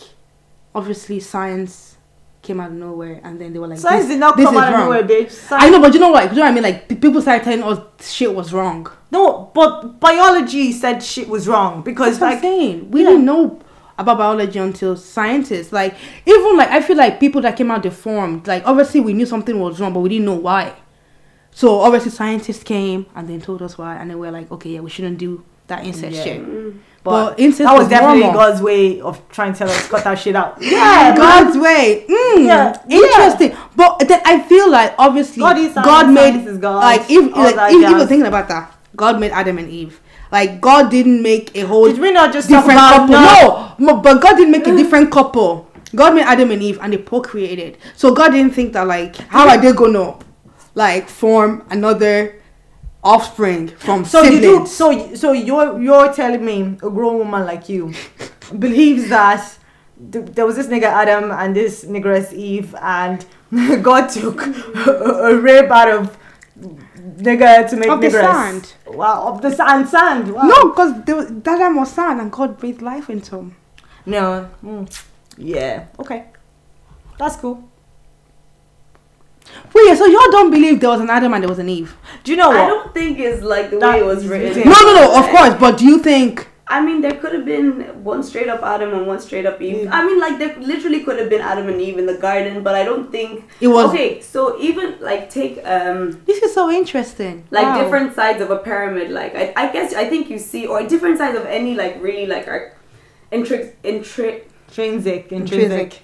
[SPEAKER 4] obviously science came out of nowhere and then they were like
[SPEAKER 1] Science
[SPEAKER 4] this-
[SPEAKER 1] did not
[SPEAKER 4] this
[SPEAKER 1] come
[SPEAKER 4] is
[SPEAKER 1] out of
[SPEAKER 4] wrong.
[SPEAKER 1] nowhere, bitch. Science,
[SPEAKER 4] I know, but you know what? You know what I mean? Like the people started telling us shit was wrong.
[SPEAKER 1] no, but biology said shit was wrong because
[SPEAKER 4] That's what I'm
[SPEAKER 1] like
[SPEAKER 4] saying. We didn't know about biology until scientists. Like even like I feel like people that came out deformed. Like obviously we knew something was wrong, but we didn't know why. So obviously scientists came and then told us why, and then we're like, okay, yeah, we shouldn't do that incest
[SPEAKER 1] Yeah.
[SPEAKER 4] shit.
[SPEAKER 3] Mm.
[SPEAKER 1] But
[SPEAKER 4] But, incest
[SPEAKER 1] that was definitely
[SPEAKER 4] normal.
[SPEAKER 1] God's way of trying to tell us cut that shit out.
[SPEAKER 4] Yeah, God's way. Mm,
[SPEAKER 1] Yeah, yeah.
[SPEAKER 4] interesting. But then I feel like obviously
[SPEAKER 1] God is science, science
[SPEAKER 4] made
[SPEAKER 1] is God,
[SPEAKER 4] like if
[SPEAKER 1] all
[SPEAKER 4] like
[SPEAKER 1] that
[SPEAKER 4] if you
[SPEAKER 1] jazz.
[SPEAKER 4] were thinking about that, God made Adam and Eve. Like God didn't make a whole
[SPEAKER 1] Did we not just talk
[SPEAKER 4] different
[SPEAKER 1] about Mm.
[SPEAKER 4] couple. No, mo- but God didn't make a different couple. God made Adam and Eve, and they procreated. So God didn't think that like how are they gonna like form another offspring from
[SPEAKER 1] So you
[SPEAKER 4] siblings?
[SPEAKER 1] do so y- so you're you're telling me a grown woman like you believes that th- there was this nigga Adam and this negress Eve and God took a, a rape out of nigga to make
[SPEAKER 4] Of the
[SPEAKER 1] negress.
[SPEAKER 4] sand.
[SPEAKER 1] Wow, of the sand, sand. Wow.
[SPEAKER 4] No, because there was, that time was sad, and God breathed life into him.
[SPEAKER 1] no, Mm. yeah, okay, that's cool.
[SPEAKER 4] Wait, so y'all don't believe there was an Adam and there was an Eve?
[SPEAKER 1] Do you know
[SPEAKER 3] I
[SPEAKER 1] what?
[SPEAKER 3] don't think it's like the
[SPEAKER 1] That
[SPEAKER 3] way it was
[SPEAKER 1] is
[SPEAKER 3] written.
[SPEAKER 1] ridiculous.
[SPEAKER 4] Oh. No, no, no. Of course, but do you think?
[SPEAKER 3] I mean, there could have been one straight up Adam and one straight up Eve. I mean, like there literally could have been Adam and Eve in the garden, but I don't think
[SPEAKER 4] It was-
[SPEAKER 3] okay. So even like take um
[SPEAKER 4] This is so interesting.
[SPEAKER 3] like
[SPEAKER 1] Wow.
[SPEAKER 3] different sides of a pyramid. Like I, I guess I think you see or different sides of any like really like are intric intric
[SPEAKER 1] Intrinsic,
[SPEAKER 4] Intrinsic.
[SPEAKER 1] intrinsic,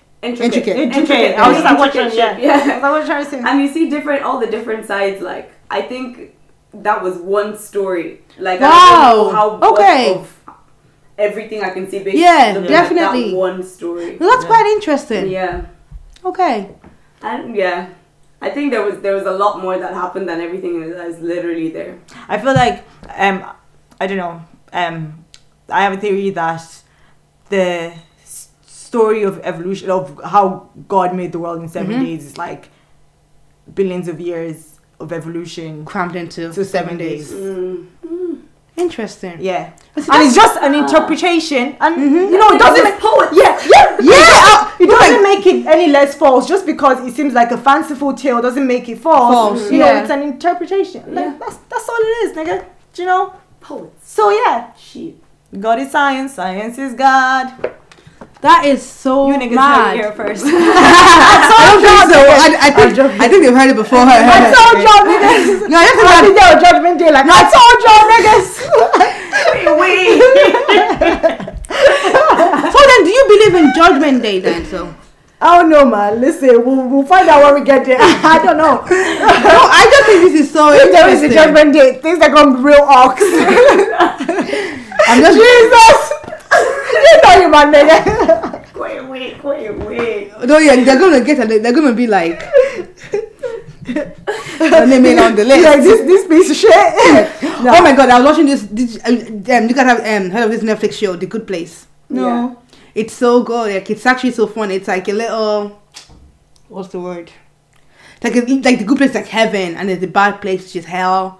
[SPEAKER 4] Intricate.
[SPEAKER 3] intricate
[SPEAKER 1] Intricate. I was just like, what
[SPEAKER 3] intricate
[SPEAKER 1] you're-
[SPEAKER 3] shit.
[SPEAKER 1] I was
[SPEAKER 3] yeah.
[SPEAKER 1] like, what are you trying to say?
[SPEAKER 3] and you see different all the different sides. Like I think that was one story. Like
[SPEAKER 4] Wow.
[SPEAKER 3] I don't know how much
[SPEAKER 4] Okay.
[SPEAKER 3] of everything I can see. Based
[SPEAKER 4] Yeah,
[SPEAKER 3] on, like,
[SPEAKER 4] definitely.
[SPEAKER 3] that one story.
[SPEAKER 4] No, that's quite interesting.
[SPEAKER 3] Yeah,
[SPEAKER 4] Okay.
[SPEAKER 3] and yeah, I think there was there was a lot more that happened than everything that is literally there.
[SPEAKER 1] I feel like um I don't know um I have a theory that the s- story of evolution of how God made the world in 7
[SPEAKER 4] Mm-hmm.
[SPEAKER 1] days is like billions of years of evolution
[SPEAKER 4] Crammed into
[SPEAKER 1] to seven days.
[SPEAKER 3] Mm.
[SPEAKER 4] Interesting.
[SPEAKER 1] Yeah,
[SPEAKER 4] But
[SPEAKER 1] and it's
[SPEAKER 4] see, that's- Ah. Mm-hmm.
[SPEAKER 1] just an interpretation, and you know
[SPEAKER 3] No,
[SPEAKER 1] it doesn't.
[SPEAKER 3] it's poet.
[SPEAKER 1] yeah, yeah,
[SPEAKER 4] Yeah.
[SPEAKER 1] It
[SPEAKER 4] uh, you know,
[SPEAKER 1] doesn't
[SPEAKER 4] like-
[SPEAKER 1] make it any less false just because it seems like a fanciful tale doesn't make it false.
[SPEAKER 4] False,
[SPEAKER 1] you
[SPEAKER 4] yeah.
[SPEAKER 1] know, it's an interpretation. Like
[SPEAKER 3] Yeah.
[SPEAKER 1] that's that's all it is, nigga. Do you know?
[SPEAKER 3] poets.
[SPEAKER 1] So yeah,
[SPEAKER 3] Shit.
[SPEAKER 1] God is science, science is God.
[SPEAKER 4] that is so
[SPEAKER 1] You niggas heard
[SPEAKER 4] mad.
[SPEAKER 1] it here first.
[SPEAKER 4] I don't think so. I, I
[SPEAKER 1] I'm
[SPEAKER 4] think
[SPEAKER 1] joking.
[SPEAKER 4] I think they've heard it before. Her,
[SPEAKER 1] I told y'all niggas.
[SPEAKER 4] No, I
[SPEAKER 1] I
[SPEAKER 4] just think
[SPEAKER 1] think they were judgment day, like, I told y'all niggas.
[SPEAKER 4] that. So then, do you believe in Judgment Day then? So
[SPEAKER 1] I don't know, man. Listen, we'll, we'll find out when we get there. I don't know.
[SPEAKER 4] no, I just think this is so
[SPEAKER 1] If
[SPEAKER 4] interesting.
[SPEAKER 1] there is a judgment day, things are going to be real ox.
[SPEAKER 4] I'm just
[SPEAKER 1] Jesus! you know you, man, nigga.
[SPEAKER 3] Wait, wait, wait, wait.
[SPEAKER 4] no, yeah, they're gonna get. A, they're gonna be like. her name ain't on the list.
[SPEAKER 1] Like, this, this piece of shit.
[SPEAKER 4] Oh my god, I was watching this. Did you, um, you guys have um, heard of this Netflix show, The Good Place?
[SPEAKER 1] No.
[SPEAKER 4] It's so good. Like it's actually so fun. It's like a little. What's the word? Like a, like the good place is like heaven, and there's the bad place which is hell.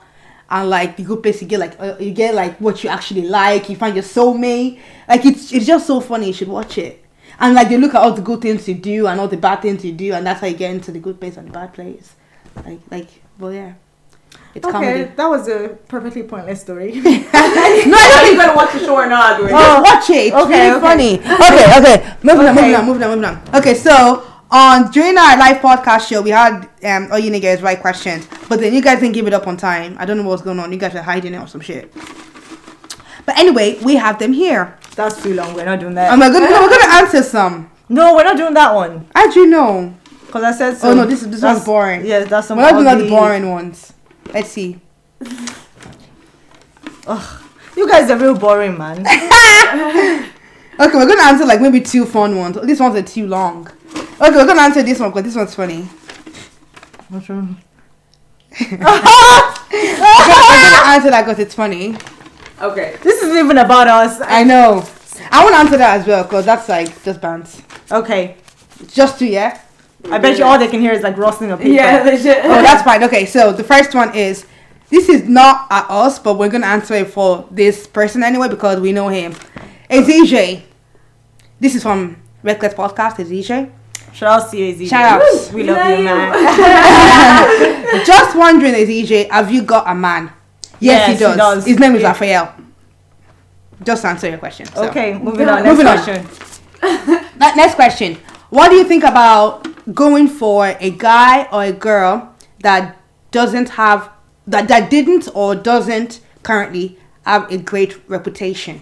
[SPEAKER 4] And like the good place, you get like uh, you get like what you actually like. You find your soulmate. Like it's it's just so funny. You should watch it. And like they look at all the good things you do and all the bad things you do, and that's how you get into the good place and the bad place. Like like, well yeah, it's comedy.
[SPEAKER 1] Okay, that was a perfectly pointless story.
[SPEAKER 4] No, I don't
[SPEAKER 3] Are
[SPEAKER 4] think
[SPEAKER 3] you gonna watch the show or not?
[SPEAKER 4] Just watch it. It's
[SPEAKER 1] okay, okay.
[SPEAKER 4] really funny. Okay, okay. Moving on,
[SPEAKER 1] Okay.
[SPEAKER 4] moving on, moving on, moving on. Okay, so on during our live podcast show, we had um, all you niggas write questions, but then you guys didn't give it up on time. I don't know what's going on. You guys are hiding it or some shit. But anyway, we have them here.
[SPEAKER 1] That's too long. We're not doing that.
[SPEAKER 4] I'm gonna we're gonna answer some.
[SPEAKER 1] no, we're not doing that one.
[SPEAKER 4] How do you know?
[SPEAKER 1] Cause I said so.
[SPEAKER 4] oh no, this is this
[SPEAKER 1] That's-
[SPEAKER 4] one's boring.
[SPEAKER 1] Yeah, that's some.
[SPEAKER 4] we're not doing all the
[SPEAKER 1] ugly-
[SPEAKER 4] boring ones. Let's see.
[SPEAKER 1] Ugh. You guys are real boring, man.
[SPEAKER 4] Okay, we're gonna answer like maybe two fun ones. These ones are too long. Okay, we're gonna answer this one because this one's funny.
[SPEAKER 1] What's wrong?
[SPEAKER 4] We're gonna, we're gonna answer that because it's funny.
[SPEAKER 3] Okay.
[SPEAKER 1] this isn't even about us.
[SPEAKER 4] I know. I want to answer that as well because that's like just bands.
[SPEAKER 1] Okay.
[SPEAKER 4] Just two, yeah.
[SPEAKER 1] I bet you all they can hear is like rustling of paper.
[SPEAKER 3] Yeah, legit.
[SPEAKER 4] Oh, that's fine. Okay, so the first one is this is not at us, but we're gonna answer it for this person anyway because we know him. It's EJ. This is from Reckless Podcast. It's E EJ.
[SPEAKER 1] Shout out to you, Izzy.
[SPEAKER 4] Shout out.
[SPEAKER 1] We love you, man.
[SPEAKER 4] Just wondering, is EJ, have you got a man? Yes,
[SPEAKER 1] Yes,
[SPEAKER 4] he,
[SPEAKER 1] he
[SPEAKER 4] does.
[SPEAKER 1] does.
[SPEAKER 4] His name is
[SPEAKER 1] Yeah.
[SPEAKER 4] Raphael. Just answer your question. so.
[SPEAKER 1] Okay, moving on. Next
[SPEAKER 4] Moving on.
[SPEAKER 1] question.
[SPEAKER 4] Ne- Next question. What do you think about going for a guy or a girl that doesn't have that that didn't or doesn't currently have a great reputation?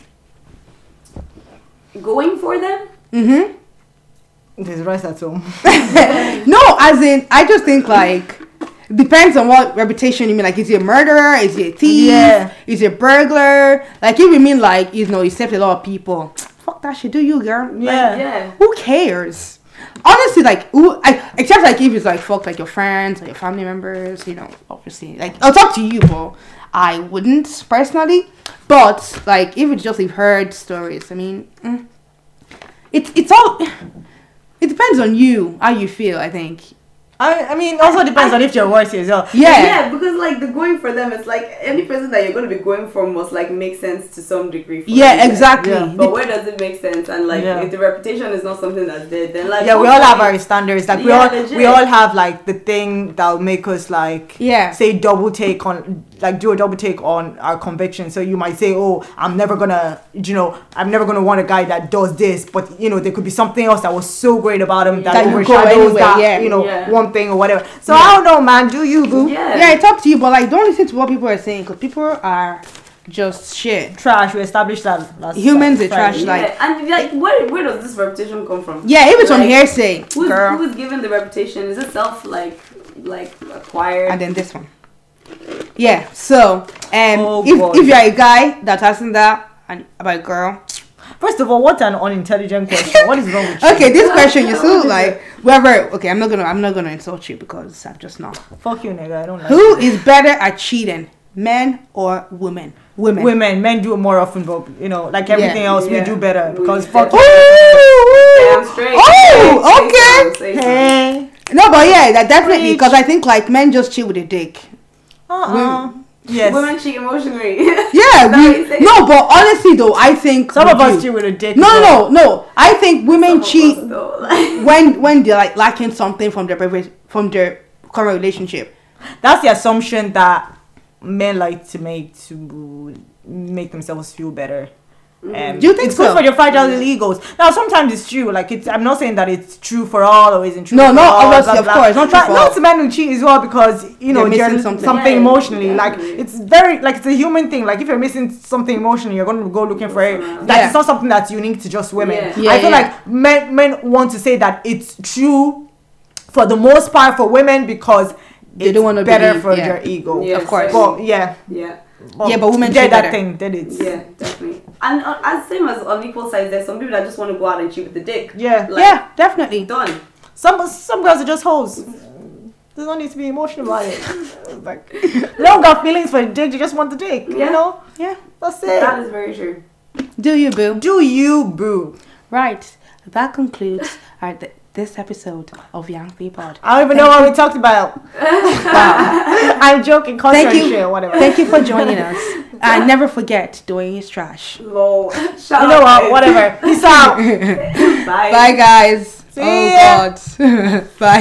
[SPEAKER 3] Going for them?
[SPEAKER 4] Mm-hmm.
[SPEAKER 1] There's rice at home.
[SPEAKER 4] No, as in I just think like depends on what reputation you mean. Like, is he a murderer? Is he a thief?
[SPEAKER 1] Yeah.
[SPEAKER 4] Is he a burglar? Like, if you mean like you know, he saved a lot of people. Fuck that shit. Do you, girl? Like,
[SPEAKER 1] Yeah.
[SPEAKER 3] Yeah.
[SPEAKER 4] who cares? Honestly, like, who, I, except like if it's like fuck like your friends or your family members, you know, obviously, like I'll talk to you, but I wouldn't personally. But like, if it's just you've heard stories, I mean, mm, it's it's all. It depends on you how you feel. I think.
[SPEAKER 1] I, I mean, also depends on if you're worthy as well.
[SPEAKER 4] Yeah.
[SPEAKER 3] Yeah, because like the going for them, it's like any person that you're gonna be going for must like make sense to some degree. For
[SPEAKER 4] Yeah,
[SPEAKER 3] you.
[SPEAKER 4] exactly.
[SPEAKER 1] Yeah.
[SPEAKER 3] But where does it make sense? And like,
[SPEAKER 1] Yeah.
[SPEAKER 3] if the reputation is not something that's there, then like
[SPEAKER 1] Yeah, we all
[SPEAKER 3] okay.
[SPEAKER 1] have our standards. Like we
[SPEAKER 3] Yeah,
[SPEAKER 1] all
[SPEAKER 3] legit.
[SPEAKER 1] we all have like the thing that'll make us like
[SPEAKER 4] Yeah.
[SPEAKER 1] say double take on like do a double take on our conviction. So you might say, Oh, I'm never gonna you know, I'm never gonna want a guy that does this, but you know, there could be something else that was so great about him that,
[SPEAKER 4] That you go
[SPEAKER 1] overshadows
[SPEAKER 4] anyway,
[SPEAKER 1] that
[SPEAKER 4] yeah.
[SPEAKER 1] you know,
[SPEAKER 3] Yeah.
[SPEAKER 1] one thing or whatever. So I don't know, man, do you boo?
[SPEAKER 3] Yeah.
[SPEAKER 4] Yeah, I talk to you, but like, don't listen to what people are saying because people are just shit.
[SPEAKER 1] Trash, we established that last
[SPEAKER 4] Humans
[SPEAKER 1] Friday.
[SPEAKER 4] are trash, like-
[SPEAKER 3] yeah. And like, where where does this reputation come from?
[SPEAKER 4] Yeah, if it's on
[SPEAKER 3] Like,
[SPEAKER 4] hearsay,
[SPEAKER 3] Who's,
[SPEAKER 4] girl.
[SPEAKER 3] who was given the reputation? Is it self like like acquired?
[SPEAKER 4] and then this one. Yeah. So, um,
[SPEAKER 1] Oh,
[SPEAKER 4] if,
[SPEAKER 1] God.
[SPEAKER 4] if you're a guy that hasn't that and about a girl,
[SPEAKER 1] First of all, what an unintelligent question. what is wrong with you?
[SPEAKER 4] okay, this question you so like whoever. Okay, I'm not gonna I'm not gonna insult you because I'm just not.
[SPEAKER 1] Fuck you, nigga. I don't like
[SPEAKER 4] Who is better at cheating, men or women? Women.
[SPEAKER 1] women. Men do it more often, but you know, like everything
[SPEAKER 4] Yeah.
[SPEAKER 1] else, we
[SPEAKER 3] Yeah.
[SPEAKER 1] do better
[SPEAKER 3] We
[SPEAKER 1] because
[SPEAKER 3] do
[SPEAKER 1] fuck.
[SPEAKER 4] Ooh, ooh.
[SPEAKER 3] Damn straight.
[SPEAKER 4] Oh,
[SPEAKER 3] Say
[SPEAKER 4] okay.
[SPEAKER 3] so, say so.
[SPEAKER 1] Hey.
[SPEAKER 4] No, but yeah, that definitely
[SPEAKER 1] Preach.
[SPEAKER 4] because I think like men just cheat with a dick.
[SPEAKER 1] Uh-uh. Yes.
[SPEAKER 3] Women cheat emotionally.
[SPEAKER 4] Yeah,
[SPEAKER 3] that what
[SPEAKER 4] we,
[SPEAKER 3] you say?
[SPEAKER 4] no, but honestly though, I think
[SPEAKER 1] Some
[SPEAKER 4] we
[SPEAKER 1] of us
[SPEAKER 4] do.
[SPEAKER 1] cheat with a dick.
[SPEAKER 4] No,
[SPEAKER 1] but-
[SPEAKER 4] no, no, no. I think women cheat
[SPEAKER 3] Though, like,
[SPEAKER 4] when when they're like lacking something from their previous from their current relationship.
[SPEAKER 1] That's the assumption that men like to make to make themselves feel better. Um,
[SPEAKER 3] Mm-hmm.
[SPEAKER 4] Do you think
[SPEAKER 1] it's good
[SPEAKER 4] so?
[SPEAKER 1] for your fragile illegals? Now, sometimes it's true. Like it's, I'm not saying that it's true for all or isn't true.
[SPEAKER 4] No,
[SPEAKER 1] for
[SPEAKER 4] no,
[SPEAKER 1] all,
[SPEAKER 4] obviously, of course, not true
[SPEAKER 1] but
[SPEAKER 4] for all.
[SPEAKER 1] lots of men who cheat as well because you know
[SPEAKER 4] They're missing
[SPEAKER 1] they're
[SPEAKER 4] something.
[SPEAKER 1] something,
[SPEAKER 3] Yeah,
[SPEAKER 1] emotionally.
[SPEAKER 3] yeah.
[SPEAKER 1] Like it's very like it's a human thing. Like if you're missing something emotionally, you're going to go looking for it.
[SPEAKER 3] Yeah.
[SPEAKER 1] Like it's not something that's unique to just women.
[SPEAKER 3] Yeah.
[SPEAKER 4] Yeah,
[SPEAKER 1] I feel
[SPEAKER 4] yeah.
[SPEAKER 1] like men men want to say that it's true for the most part for women because
[SPEAKER 4] They
[SPEAKER 1] it's
[SPEAKER 4] don't wanna
[SPEAKER 1] better
[SPEAKER 4] believe,
[SPEAKER 1] for
[SPEAKER 4] yeah.
[SPEAKER 1] your ego.
[SPEAKER 3] Yeah,
[SPEAKER 4] Of course.
[SPEAKER 1] But yeah,
[SPEAKER 3] yeah.
[SPEAKER 1] but
[SPEAKER 4] Yeah, but women
[SPEAKER 1] did
[SPEAKER 4] cheat
[SPEAKER 1] that
[SPEAKER 4] better.
[SPEAKER 1] thing. Did it?
[SPEAKER 3] Yeah, definitely. And uh, as same as on equal sides, there's some people that just want to go out and cheat with the dick.
[SPEAKER 1] Yeah.
[SPEAKER 3] Like,
[SPEAKER 4] yeah, definitely.
[SPEAKER 3] Done.
[SPEAKER 1] Some some girls are just hoes. There's no need to be emotional about it. like they don't got feelings for the dick. They just want the dick.
[SPEAKER 3] Yeah.
[SPEAKER 1] You know.
[SPEAKER 4] Yeah.
[SPEAKER 1] That's it.
[SPEAKER 3] That is very true.
[SPEAKER 4] Do you boo?
[SPEAKER 1] Do you boo?
[SPEAKER 4] Right. That concludes our th- this episode of Young Pod.
[SPEAKER 1] I don't even know what we talked about. I'm joking.
[SPEAKER 4] Thank
[SPEAKER 1] Culture
[SPEAKER 4] you.
[SPEAKER 1] and shit, whatever.
[SPEAKER 4] Thank you for joining us. And never forget, doing is trash.
[SPEAKER 3] Lol. Shout
[SPEAKER 1] You know
[SPEAKER 3] out to
[SPEAKER 1] what? Whatever. Peace out.
[SPEAKER 3] Bye.
[SPEAKER 4] guys. Oh,
[SPEAKER 1] See ya.
[SPEAKER 4] God. Bye.